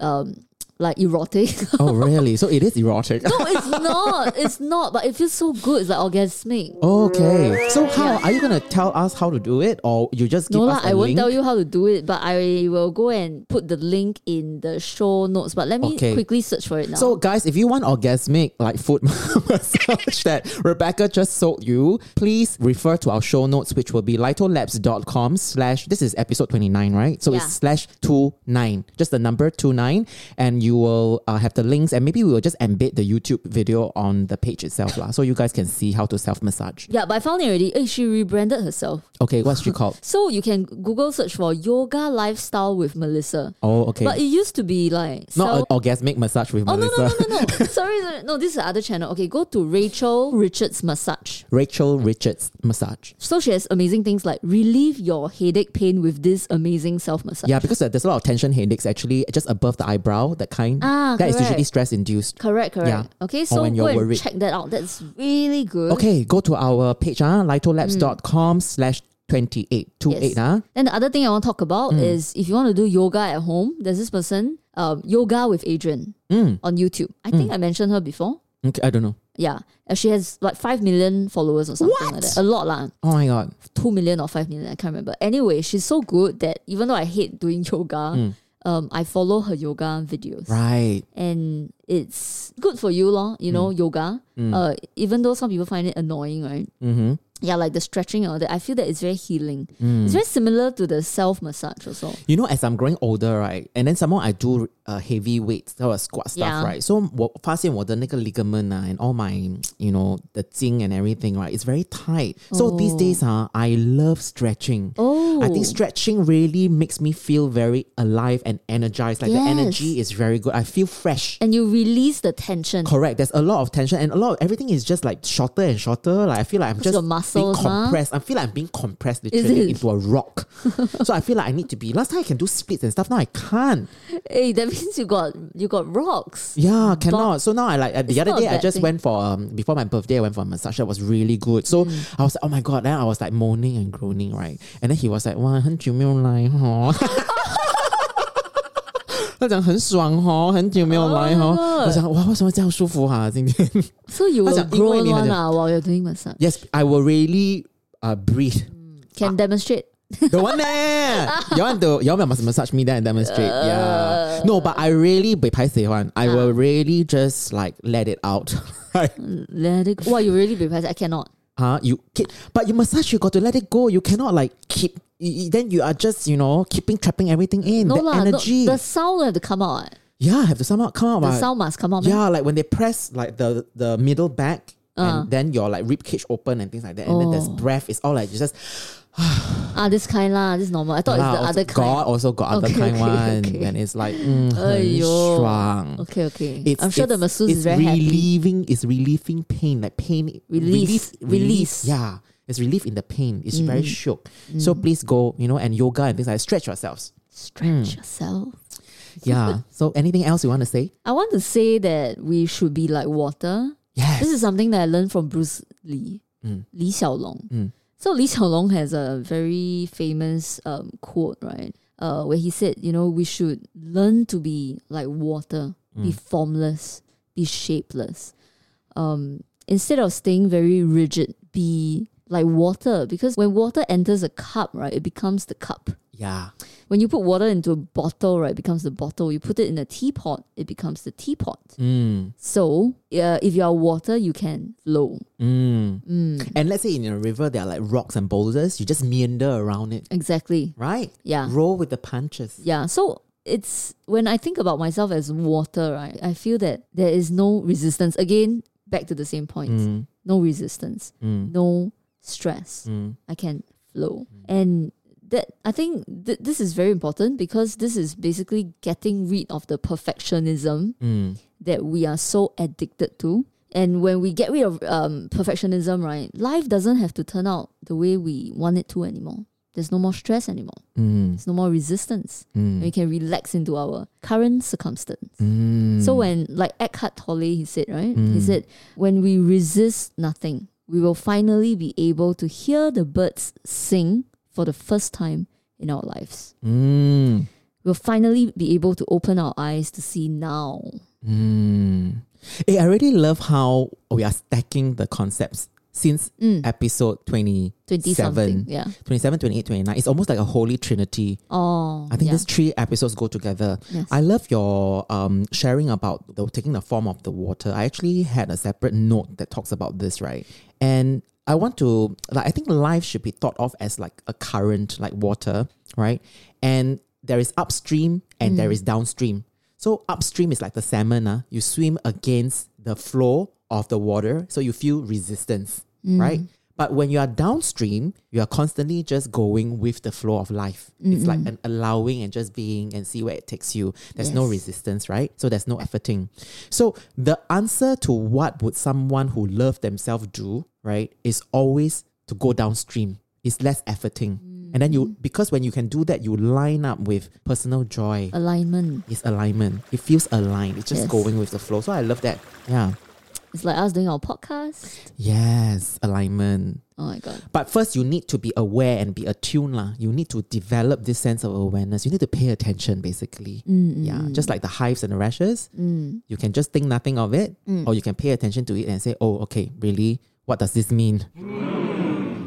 S1: um like erotic.
S2: Oh, really? So it is erotic.
S1: no, it's not. It's not. But it feels so good. It's like orgasmic.
S2: Okay. So how are you gonna tell us how to do it, or you just give
S1: No lah,
S2: us a
S1: I won't
S2: link?
S1: tell you how to do it, but I will go and put the link in the show notes. But let me
S2: Okay.
S1: quickly search for it now.
S2: So guys, if you want orgasmic like foot massage that Rebecca just sold you, please refer to our show notes, which will be litolabs.com slash this is episode 29, right? So
S1: Yeah.
S2: it's slash two nine, just the number two nine, and you will uh, have the links and maybe we will just embed the YouTube video on the page itself, lah, so you guys can see how to self-massage.
S1: yeah, but I found it already. Eh, she rebranded herself.
S2: Okay, what's she called?
S1: So you can Google search for yoga lifestyle with Melissa.
S2: Oh, okay.
S1: But it used to be like
S2: Not
S1: self-
S2: an orgasmic massage with
S1: Oh no
S2: Melissa.
S1: no no no no! sorry, sorry, no. This is the other channel. Okay, go to Rachel Richards Massage.
S2: Rachel Richards massage.
S1: So she has amazing things like relieve your headache pain with this amazing self massage.
S2: Yeah, because there- there's a lot of tension headaches actually just above the eyebrow, that kind.
S1: Ah,
S2: that is
S1: correct.
S2: usually stress induced.
S1: Correct, correct.
S2: Yeah.
S1: Okay,
S2: Or
S1: so
S2: when
S1: go
S2: you're
S1: and
S2: worried.
S1: check that out. That's really good.
S2: Okay, go to our page, ah,
S1: Hmm.
S2: litolabs.com slash 28. 28, ah.
S1: Then the other thing I want to talk about is if you want to do yoga at home, there's this person, um, Yoga with Adrian on YouTube. I think I mentioned her before.
S2: Okay, I don't know.
S1: Yeah. And she has like 5 million followers or something like
S2: What?
S1: that. A lot lah.
S2: Oh my god.
S1: 2 million or 5 million, I can't remember. Anyway, she's so good that even though I hate doing yoga, um, I follow her yoga videos.
S2: Right.
S1: And
S2: Mm.
S1: it's good for you, lor, you know, yoga. Uh, even though some people find it annoying, right?
S2: Mm-hmm. Mm.
S1: yeah, like the stretching or that. I feel that it's very healing. It's very similar to the self massage also.
S2: You know, as I'm growing older, right, and then somehow I do uh, heavy weights or squat stuff,
S1: Yeah.
S2: right? So 我发现我的那个 ligament 啊 and all my you know the 筋 and everything, right, it's very tight. So these
S1: Oh.
S2: days, ah, I love stretching.
S1: Oh,
S2: I think stretching really makes me feel very alive and energized. Like the
S1: Yes.
S2: energy is very good. I feel fresh.
S1: and you release the tension.
S2: Correct. There's a lot of tension and a lot of everything is just like shorter and shorter. Like I feel like I'm just
S1: your muscles,
S2: being
S1: huh?
S2: compressed. I feel like I'm being compressed literally
S1: it?
S2: into a rock. so I feel like I need to be. Last time I can do splits and stuff. Now I can't.
S1: Hey, that means you got you got rocks.
S2: Yeah, cannot. so now I like uh, the other
S1: not a
S2: day I
S1: bad
S2: just
S1: thing.
S2: went for um before my birthday I went for a massage that was really good. So
S1: Mm.
S2: I was like, oh my god. Then I was like moaning and groaning right, and then he was like, wow, 很久没有来 hor." 他讲很爽 hor，很久没有
S1: Oh my
S2: 来 hor。
S1: God.
S2: 我想哇，为什么这样舒服啊？今天
S1: So you will
S2: Macam
S1: grow
S2: in way
S1: one
S2: ni
S1: ah while you're doing massage.
S2: Yes, I will really uh, breathe. Ah.
S1: Can demonstrate.
S2: The one there. you want to you all must massage me then and demonstrate. yeah.
S1: Uh.
S2: No, but I really be paiseh one. I will really just like let it out. Like,
S1: Let it. Wow, you really be present. I cannot.
S2: huh? You ki- but you massage you got to let it go. You cannot like keep y- y- then you are just, you know, keeping trapping everything in.
S1: No
S2: the
S1: lah. no-
S2: energy. Oh
S1: the sound will have to come out. eh.
S2: yeah, have to somehow come
S1: The
S2: out. but-
S1: sound must come out. man.
S2: Yeah, like when they press like the the middle back and then your like rib cage open and things like that. And then there's
S1: Uh. Oh.
S2: breath. It's all like you just
S1: Ah, this kind lah. This normal. I thought
S2: Ah,
S1: it's the
S2: also
S1: other kind.
S2: God also got other
S1: Okay,
S2: kind
S1: okay,
S2: one,
S1: okay.
S2: and it's like mm,
S1: Aiyo.
S2: 很爽。
S1: Okay, okay.
S2: It's,
S1: I'm sure the
S2: it's-
S1: masseuse
S2: it's
S1: is very happy.
S2: relieving. It's relieving pain, like pain
S1: Release, release. Mm-hmm.
S2: Yeah, it's relief in the pain. It's very shook.
S1: Mm.
S2: So please go, you know, and yoga and things like that. stretch yourselves.
S1: Stretch yourself.
S2: Hmm. Yeah. so anything else you want to say?
S1: I want to say that we should be like water.
S2: Yes. Hmm.
S1: This is something that I learned from Bruce Lee, Lee Xiaolong. So Lee Xiaolong has a very famous um, quote, right? Uh, where he said, you know, we should learn to be like water,
S2: Hmm.
S1: be formless, be shapeless. Um, instead of staying very rigid, be like water. Because when water enters a cup, right, it becomes the cup.
S2: yeah.
S1: When you put water into a bottle, right, it becomes the bottle. You put it in a teapot, it becomes the teapot.
S2: Mm,
S1: So, uh, if you are water, you can flow.
S2: mm. And let's say in a river there are like rocks and boulders. You just meander around it,
S1: Exactly.
S2: right?
S1: Yeah.
S2: Roll with the punches.
S1: Yeah. So, it's when I think about myself as water, right? I feel that there is no resistance. Again, back to the same point
S2: Mm,
S1: no resistance,
S2: mm,
S1: no stress.
S2: mm.
S1: I can flow. And that I think th- this is very important because this is basically getting rid of the perfectionism
S2: Mm.
S1: that we are so addicted to. And when we get rid of um, perfectionism, right, life doesn't have to turn out the way we want it to anymore. There's no more stress anymore.
S2: Mm.
S1: There's no more resistance. And we can relax into our current circumstance.
S2: Mm.
S1: So when, like Eckhart Tolle, he said, right, he said, when we resist nothing, we will finally be able to hear the birds sing for the first time in our lives.
S2: Mm.
S1: We'll finally be able to open our eyes to see now.
S2: Mm. Eh, I really love how we are stacking the concepts since
S1: Mm.
S2: episode 27,
S1: 20 something. Yeah.
S2: 27, 28, 29. It's almost like a holy trinity.
S1: Oh,
S2: I think
S1: yeah.
S2: these three episodes go together.
S1: Yes.
S2: I love your um, sharing about the, taking the form of the water. I actually had a separate note that talks about this, right? And I want to, like, I think life should be thought of as like a current, like water, right? And there is upstream and
S1: Mm.
S2: there is downstream. So upstream is like the salmon, ah. you swim against the flow of the water, so you feel resistance, right?
S1: Mm.
S2: But when you are downstream, you are constantly just going with the flow of life. It's
S1: Mm-hmm.
S2: like an allowing and just being and see where it takes you. There's no
S1: Yes.
S2: resistance, right? So there's no efforting. So the answer to what would someone who loves themselves do, right, is always to go downstream. It's less efforting. And then
S1: Mm-hmm.
S2: you because when you can do that, you line up with personal joy.
S1: alignment.
S2: It's alignment. It feels aligned. It's just
S1: Yes.
S2: going with the flow. So I love that. Yeah.
S1: It's like us doing our podcast.
S2: Yes, alignment.
S1: Oh my god.
S2: But first, you need to be aware and be attuned. lah. You need to develop this sense of awareness. You need to pay attention, basically.
S1: Mm,
S2: Yeah, just like the hives and the rashes, you can just think nothing of it,
S1: Mm.
S2: or you can pay attention to it and say, oh, okay, really? What does this mean?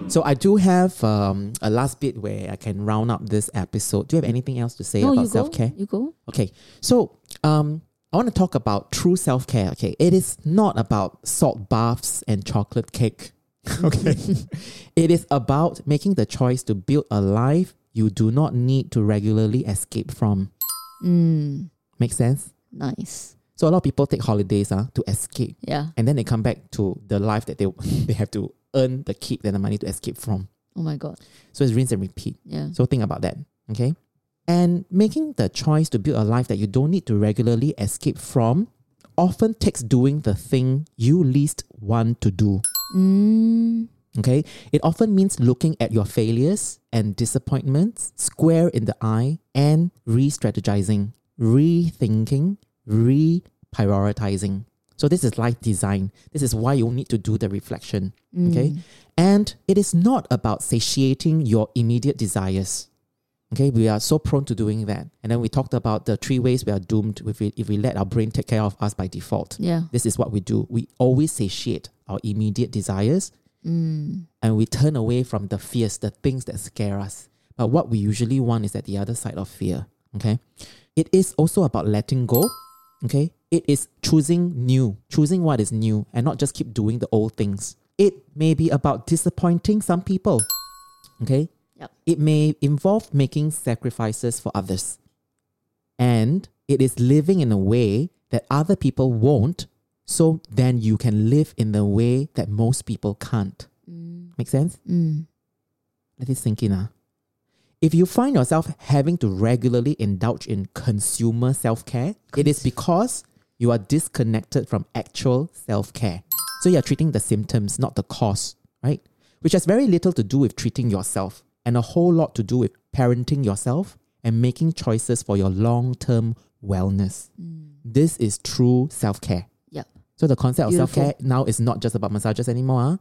S2: So I do have um, a last bit where I can round up this episode. Do you have anything else to say
S1: No,
S2: about
S1: you go.
S2: self care?
S1: You go.
S2: Okay, so um, I want to talk about true self care. Okay, it is not about salt baths and chocolate cake. okay. it is about making the choice to build a life you do not need to regularly escape from.
S1: Mm,
S2: Make sense?
S1: nice.
S2: So a lot of people take holidays uh, to escape
S1: Yeah.
S2: and then they come back to the life that they they have to earn the keep and the money to escape from.
S1: Oh my god.
S2: So it's rinse and repeat.
S1: Yeah.
S2: So think about that. Okay. And making the choice to build a life that you don't need to regularly escape from often takes doing the thing you least want to do.
S1: Mm,
S2: Okay. It often means looking at your failures and disappointments square in the eye and re strategizing, rethinking, re prioritizing. So, this is life design. This is why you need to do the reflection.
S1: Mm.
S2: Okay. And it is not about satiating your immediate desires. Okay, we are so prone to doing that. And then we talked about the three ways we are doomed if we, if we let our brain take care of us by default.
S1: yeah.
S2: This is what we do. We always satiate our immediate desires
S1: Mm,
S2: and we turn away from the fears, the things that scare us. But what we usually want is at the other side of fear. Okay. It is also about letting go. Okay. It is choosing new, choosing what is new, and not just keep doing the old things. It may be about disappointing some people. Okay.
S1: Yep.
S2: It may involve making sacrifices for others. And it is living in a way that other people won't. So then you can live in the way that most people can't.
S1: mm,
S2: Make sense?
S1: mm.
S2: Let it sink in. Ah. If you find yourself having to regularly indulge in consumer self care, it is because you are disconnected from actual self care. So you're treating the symptoms, not the cause, right? Which has very little to do with treating yourself and a whole lot to do with parenting yourself and making choices for your long term wellness. This is true self care.
S1: Yep.
S2: So the concept of self
S1: Beautiful.
S2: care now is not just about massages anymore. Ah,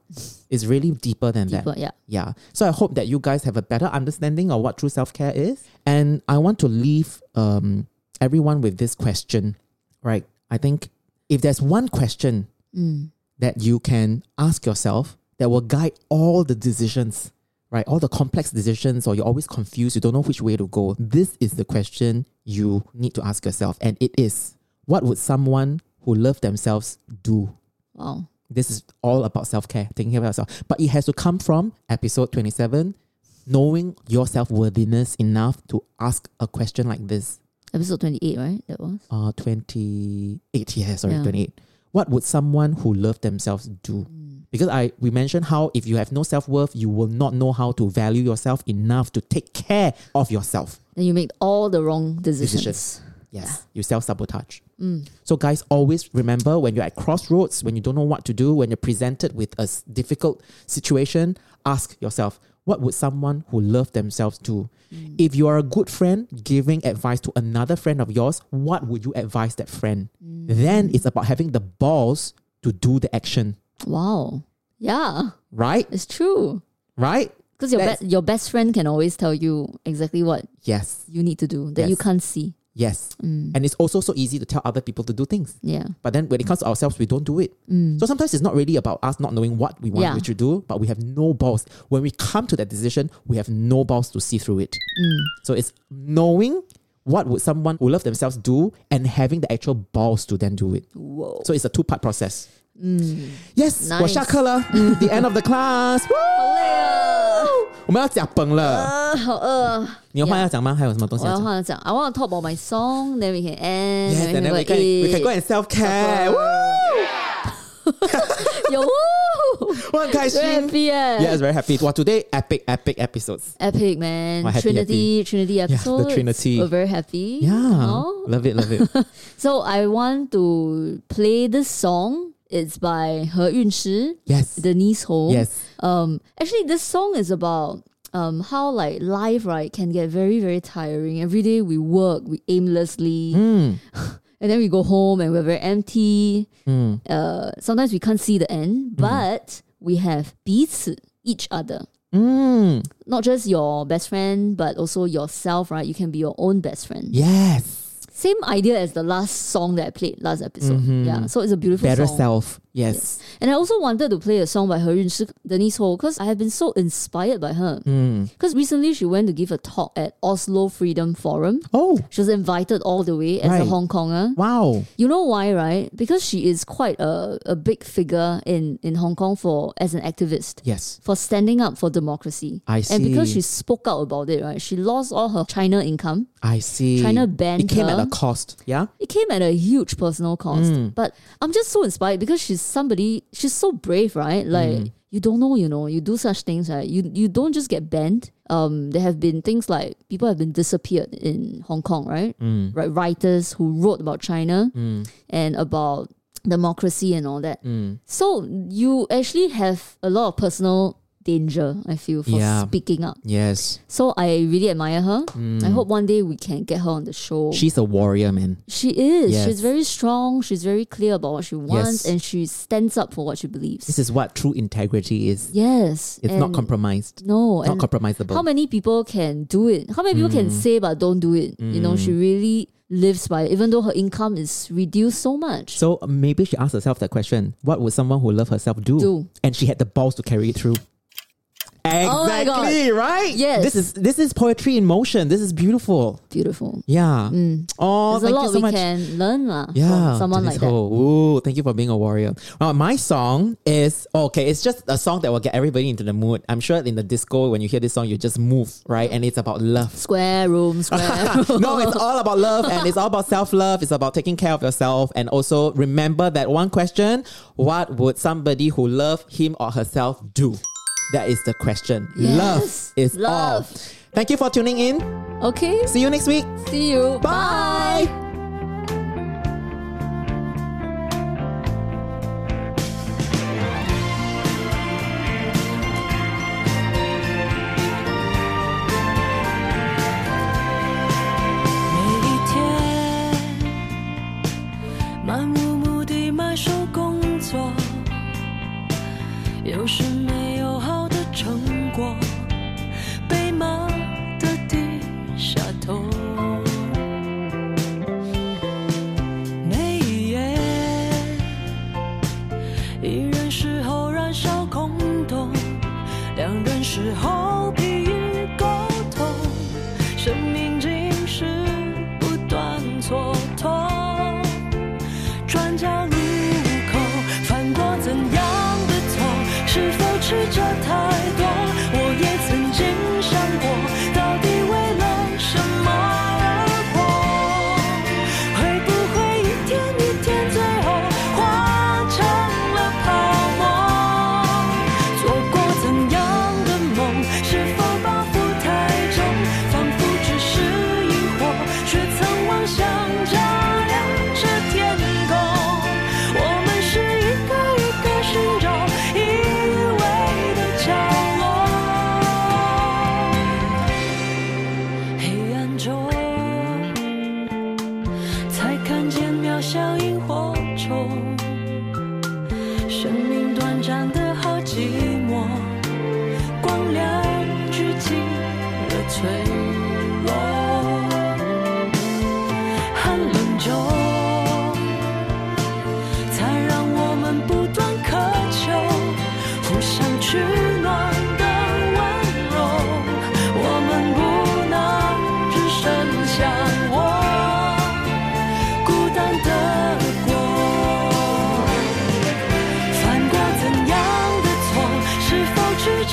S2: It's really deeper than that.
S1: Deeper, yeah.
S2: Yeah. So I hope that you guys have a better understanding of what true self care is. And I want to leave um, everyone with this question, right? I think if there's one question
S1: Mm,
S2: that you can ask yourself that will guide all the decisions, right? All the complex decisions, or you're always confused, you don't know which way to go. This is the question you need to ask yourself. And it is what would someone who loved themselves do?
S1: wow.
S2: this is all about self care, taking care of yourself. But it has to come from episode 27, knowing your self worthiness enough to ask a question like this.
S1: Episode 28, right? That was.
S2: Uh, 28, yeah, sorry,
S1: Yeah.
S2: 28. What would someone who loved themselves do? Because I we mentioned how if you have no self worth, you will not know how to value yourself enough to take care of yourself.
S1: Then you make all the wrong decisions. Mm.
S2: Decisions. Yes, you self sabotage. So, guys, always remember when you're at crossroads, when you don't know what to do, when you're presented with a s- difficult situation, ask yourself, what would someone who loved themselves do? If you are a good friend giving advice to another friend of yours, what would you advise that friend? Then it's about having the balls to do the action,
S1: Wow. Yeah,
S2: right?
S1: it's true.
S2: Right?
S1: Because your,
S2: That's-
S1: be- your best friend can always tell you exactly what
S2: Yes,
S1: you need to do that you
S2: Yes.
S1: can't see. Mm.
S2: yes. And it's also so easy to tell other people to do things.
S1: Yeah. Mm.
S2: But then when it comes to ourselves, we don't do it. So sometimes it's not really about us not knowing what we want
S1: Yeah.
S2: we should do, but we have no balls. When we come to that decision, we have no balls to see through it.
S1: Mm.
S2: So it's knowing what would someone who loves themselves do and having the actual balls to then do it.
S1: Whoa. Mm.
S2: So it's a two-part process. Yes,
S1: Nice.
S2: 我下课了。the end of the class. Woo! 我们要讲本了。你有话要讲吗？还有什么东西要讲？
S1: 我要换讲 I want to talk about my song, then we can end.
S2: Yes, and then we
S1: have a
S2: can, we can
S1: eat.
S2: go and self care.
S1: Yo, woo!
S2: 我很开心。
S1: Very happy, eh?
S2: Yes, very happy. Well, today epic, epic episodes.
S1: Epic, man.
S2: We're happy,
S1: Trinity, Trinity
S2: the
S1: episode.
S2: Trinity.
S1: We're very happy.
S2: Yeah,
S1: No?
S2: love it, love it.
S1: So I want to play this song. It's by He Yun Shi,
S2: yes,
S1: Denise Ho.
S2: yes,
S1: Um, actually, this song is about um how like life right can get very very tiring. Every day we work, we aimlessly, and then we go home and we're very empty. Uh, sometimes we can't see the end, but we have 彼此 each other. Mm. Not just your best friend, but also yourself, right? You can be your own best friend.
S2: yes.
S1: Same idea as the last song that I played last episode. Yeah, so it's a beautiful
S2: Better
S1: song.
S2: self. Yes.
S1: And I also wanted to play a song by her Yunshi Denise Ho because I have been so inspired by her.
S2: Hmm.
S1: Because recently she went to give a talk at Oslo Freedom Forum.
S2: Oh,
S1: She was invited all the way as a
S2: Right.
S1: Hong Konger.
S2: wow.
S1: You know why, right? Because she is quite a, a big figure in, in Hong Kong for as an activist.
S2: Yes.
S1: For standing up for democracy.
S2: I
S1: And because
S2: see.
S1: she spoke out about it, right? She lost all her China income.
S2: I see.
S1: China banned
S2: It came
S1: her.
S2: at a cost. Yeah.
S1: It came at a huge personal cost. But I'm just so inspired because she's somebody, she's so brave, right? Like, you don't know, you know, you do such things, right? You, you don't just get banned. Um, there have been things like people have been disappeared in Hong Kong, right? Right, writers who wrote about China and about democracy and all that. So you actually have a lot of personal danger. I feel for
S2: Yeah.
S1: speaking up.
S2: Yes.
S1: So I really admire her. I hope one day we can get her on the show.
S2: She's a warrior, man.
S1: She is.
S2: Yes.
S1: She's very strong. She's very clear about what she wants
S2: Yes.
S1: and she stands up for what she believes.
S2: This is what true integrity is.
S1: Yes.
S2: It's not
S1: and
S2: compromised.
S1: No.
S2: Not Mm.
S1: and
S2: compromisable.
S1: how many people can do it? How many people can say but don't do it? You know,
S2: Mm.
S1: she really lives by it, even though her income is reduced so much.
S2: so uh, maybe she asked herself that question: What would someone who loved herself do?
S1: Do. Oh
S2: And she had the balls to carry it through.
S1: my God.
S2: Exactly right.
S1: Yes.
S2: This is this is poetry in motion. This is beautiful.
S1: Beautiful.
S2: Yeah. Oh,
S1: Mm. There's a
S2: thank
S1: lot
S2: you so
S1: we
S2: much.
S1: can learn lah,
S2: Yeah,
S1: from someone like
S2: Denise
S1: that.
S2: Ho. Ooh, thank you for being a warrior. Uh, my song is okay. It's just a song that will get everybody into the mood. I'm sure in the disco when you hear this song, you just move right, and it's about love.
S1: Square room, square room.
S2: no, it's all about love and it's all about self love. It's about taking care of yourself and also remember that one question what would somebody who loved him or herself do? That is the question.
S1: Yes,
S2: Love is
S1: love.
S2: all. Thank you for tuning in.
S1: Okay.
S2: See you next week.
S1: See you.
S2: Bye.
S3: 每一天，漫无目的埋首工作，有时没有好的成果，被骂得低下头。每一夜，一人时候燃烧空洞，两人时候疲于沟通，生命竟是不断蹉跎。转角路口犯过怎样的错？是否吃着太多？我也曾经想过，到底为了什么而活？会不会一天一天，最后化成了泡沫？做过怎样的梦？是否包袱太重？仿佛只是萤火，却曾妄想照亮这天空。我们是一个一个寻找依偎的角落，黑暗中才看见渺小萤火虫。生命短暂的好寂寞，光亮聚集了脆弱。寒冷中，才让我们不断渴求互相取暖的温柔。我们不能只剩下我孤单的过。犯过怎样的错？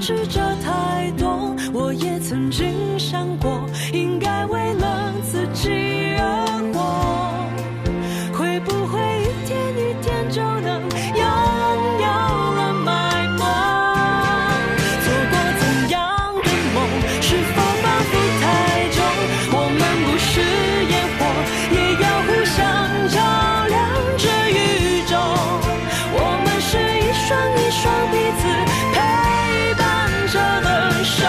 S3: 是这太多。我也曾经想过，应该为了自己而活。会不会一天一天就能拥有了脉络？做过怎样的梦？是否包袱太重？我们不是烟火，也要互相照亮这宇宙。我们是一双一双彼此陪伴着的手。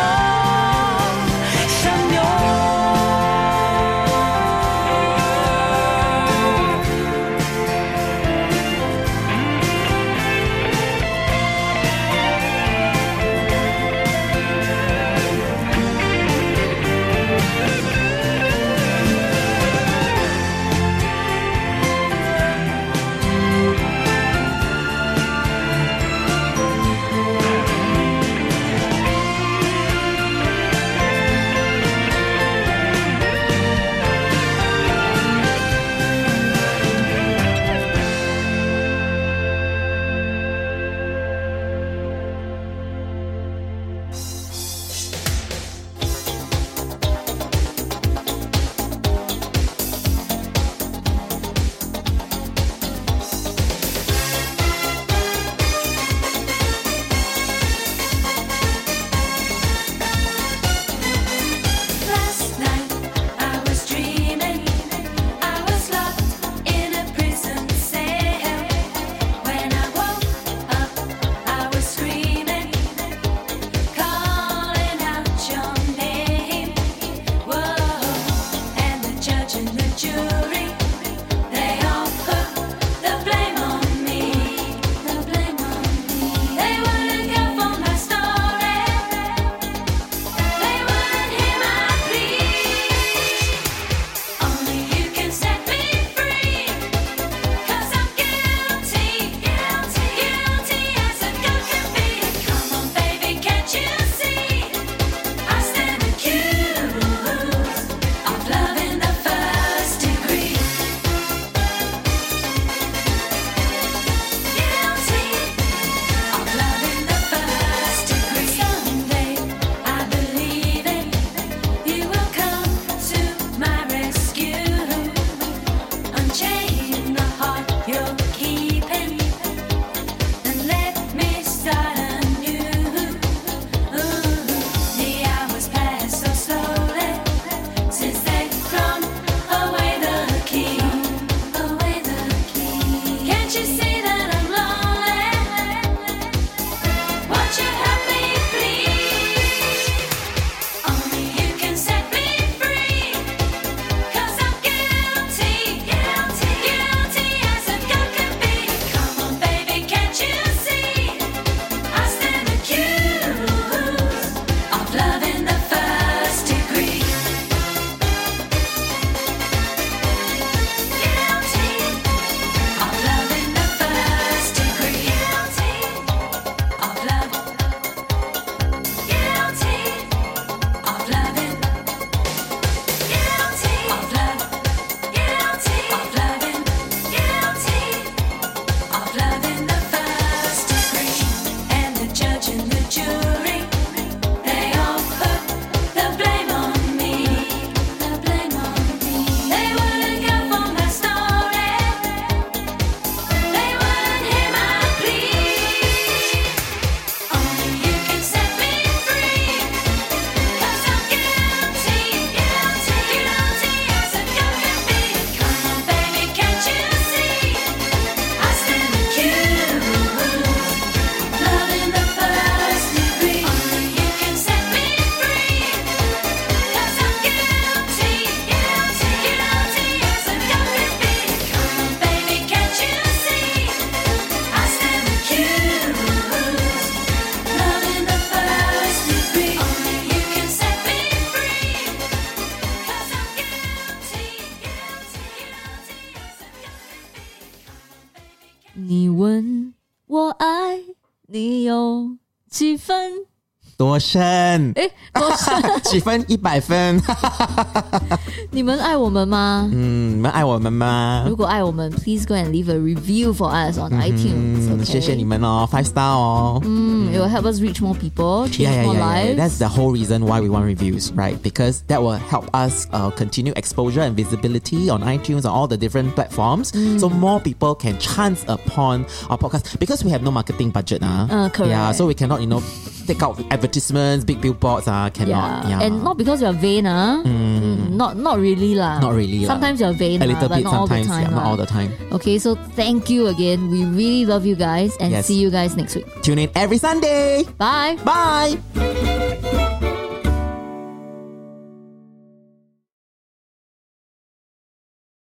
S2: 多深？
S1: 哎，多深？
S2: 几分？一百分。
S1: 你们爱我们吗？
S2: 嗯，你们爱我们吗？
S1: 如果爱我们，please go and leave a review for us on iTunes.
S2: 嗯，
S1: okay?
S2: Mm-hmm。谢谢你们哦，five star 哦。
S1: Mm, it will help us reach more people, change
S2: Yeah, yeah,
S1: more
S2: yeah, yeah, yeah.
S1: lives.
S2: That's the whole reason why we want reviews, right? Because that will help us uh, continue exposure and visibility on iTunes, on all the different platforms.
S1: Mm.
S2: So more people can chance upon our podcast because we have no marketing budget. ah.
S1: Uh, correct.
S2: Yeah, so we cannot, you know, take out advertisements, big billboards. Uh, cannot.
S1: yeah.
S2: Yeah.
S1: and not because you're vain, ah. Mm, not not really lah.
S2: Not really lah.
S1: Sometimes you're vain,
S2: a
S1: lah,
S2: little
S1: but
S2: bit
S1: not all the
S2: sometimes.
S1: time. ah.
S2: yeah, not
S1: lah.
S2: all the time.
S1: Okay, so thank you again. We really love you guys, and
S2: Yes.
S1: see you guys next week.
S2: Tune in every Sunday.
S1: Bye.
S2: Bye.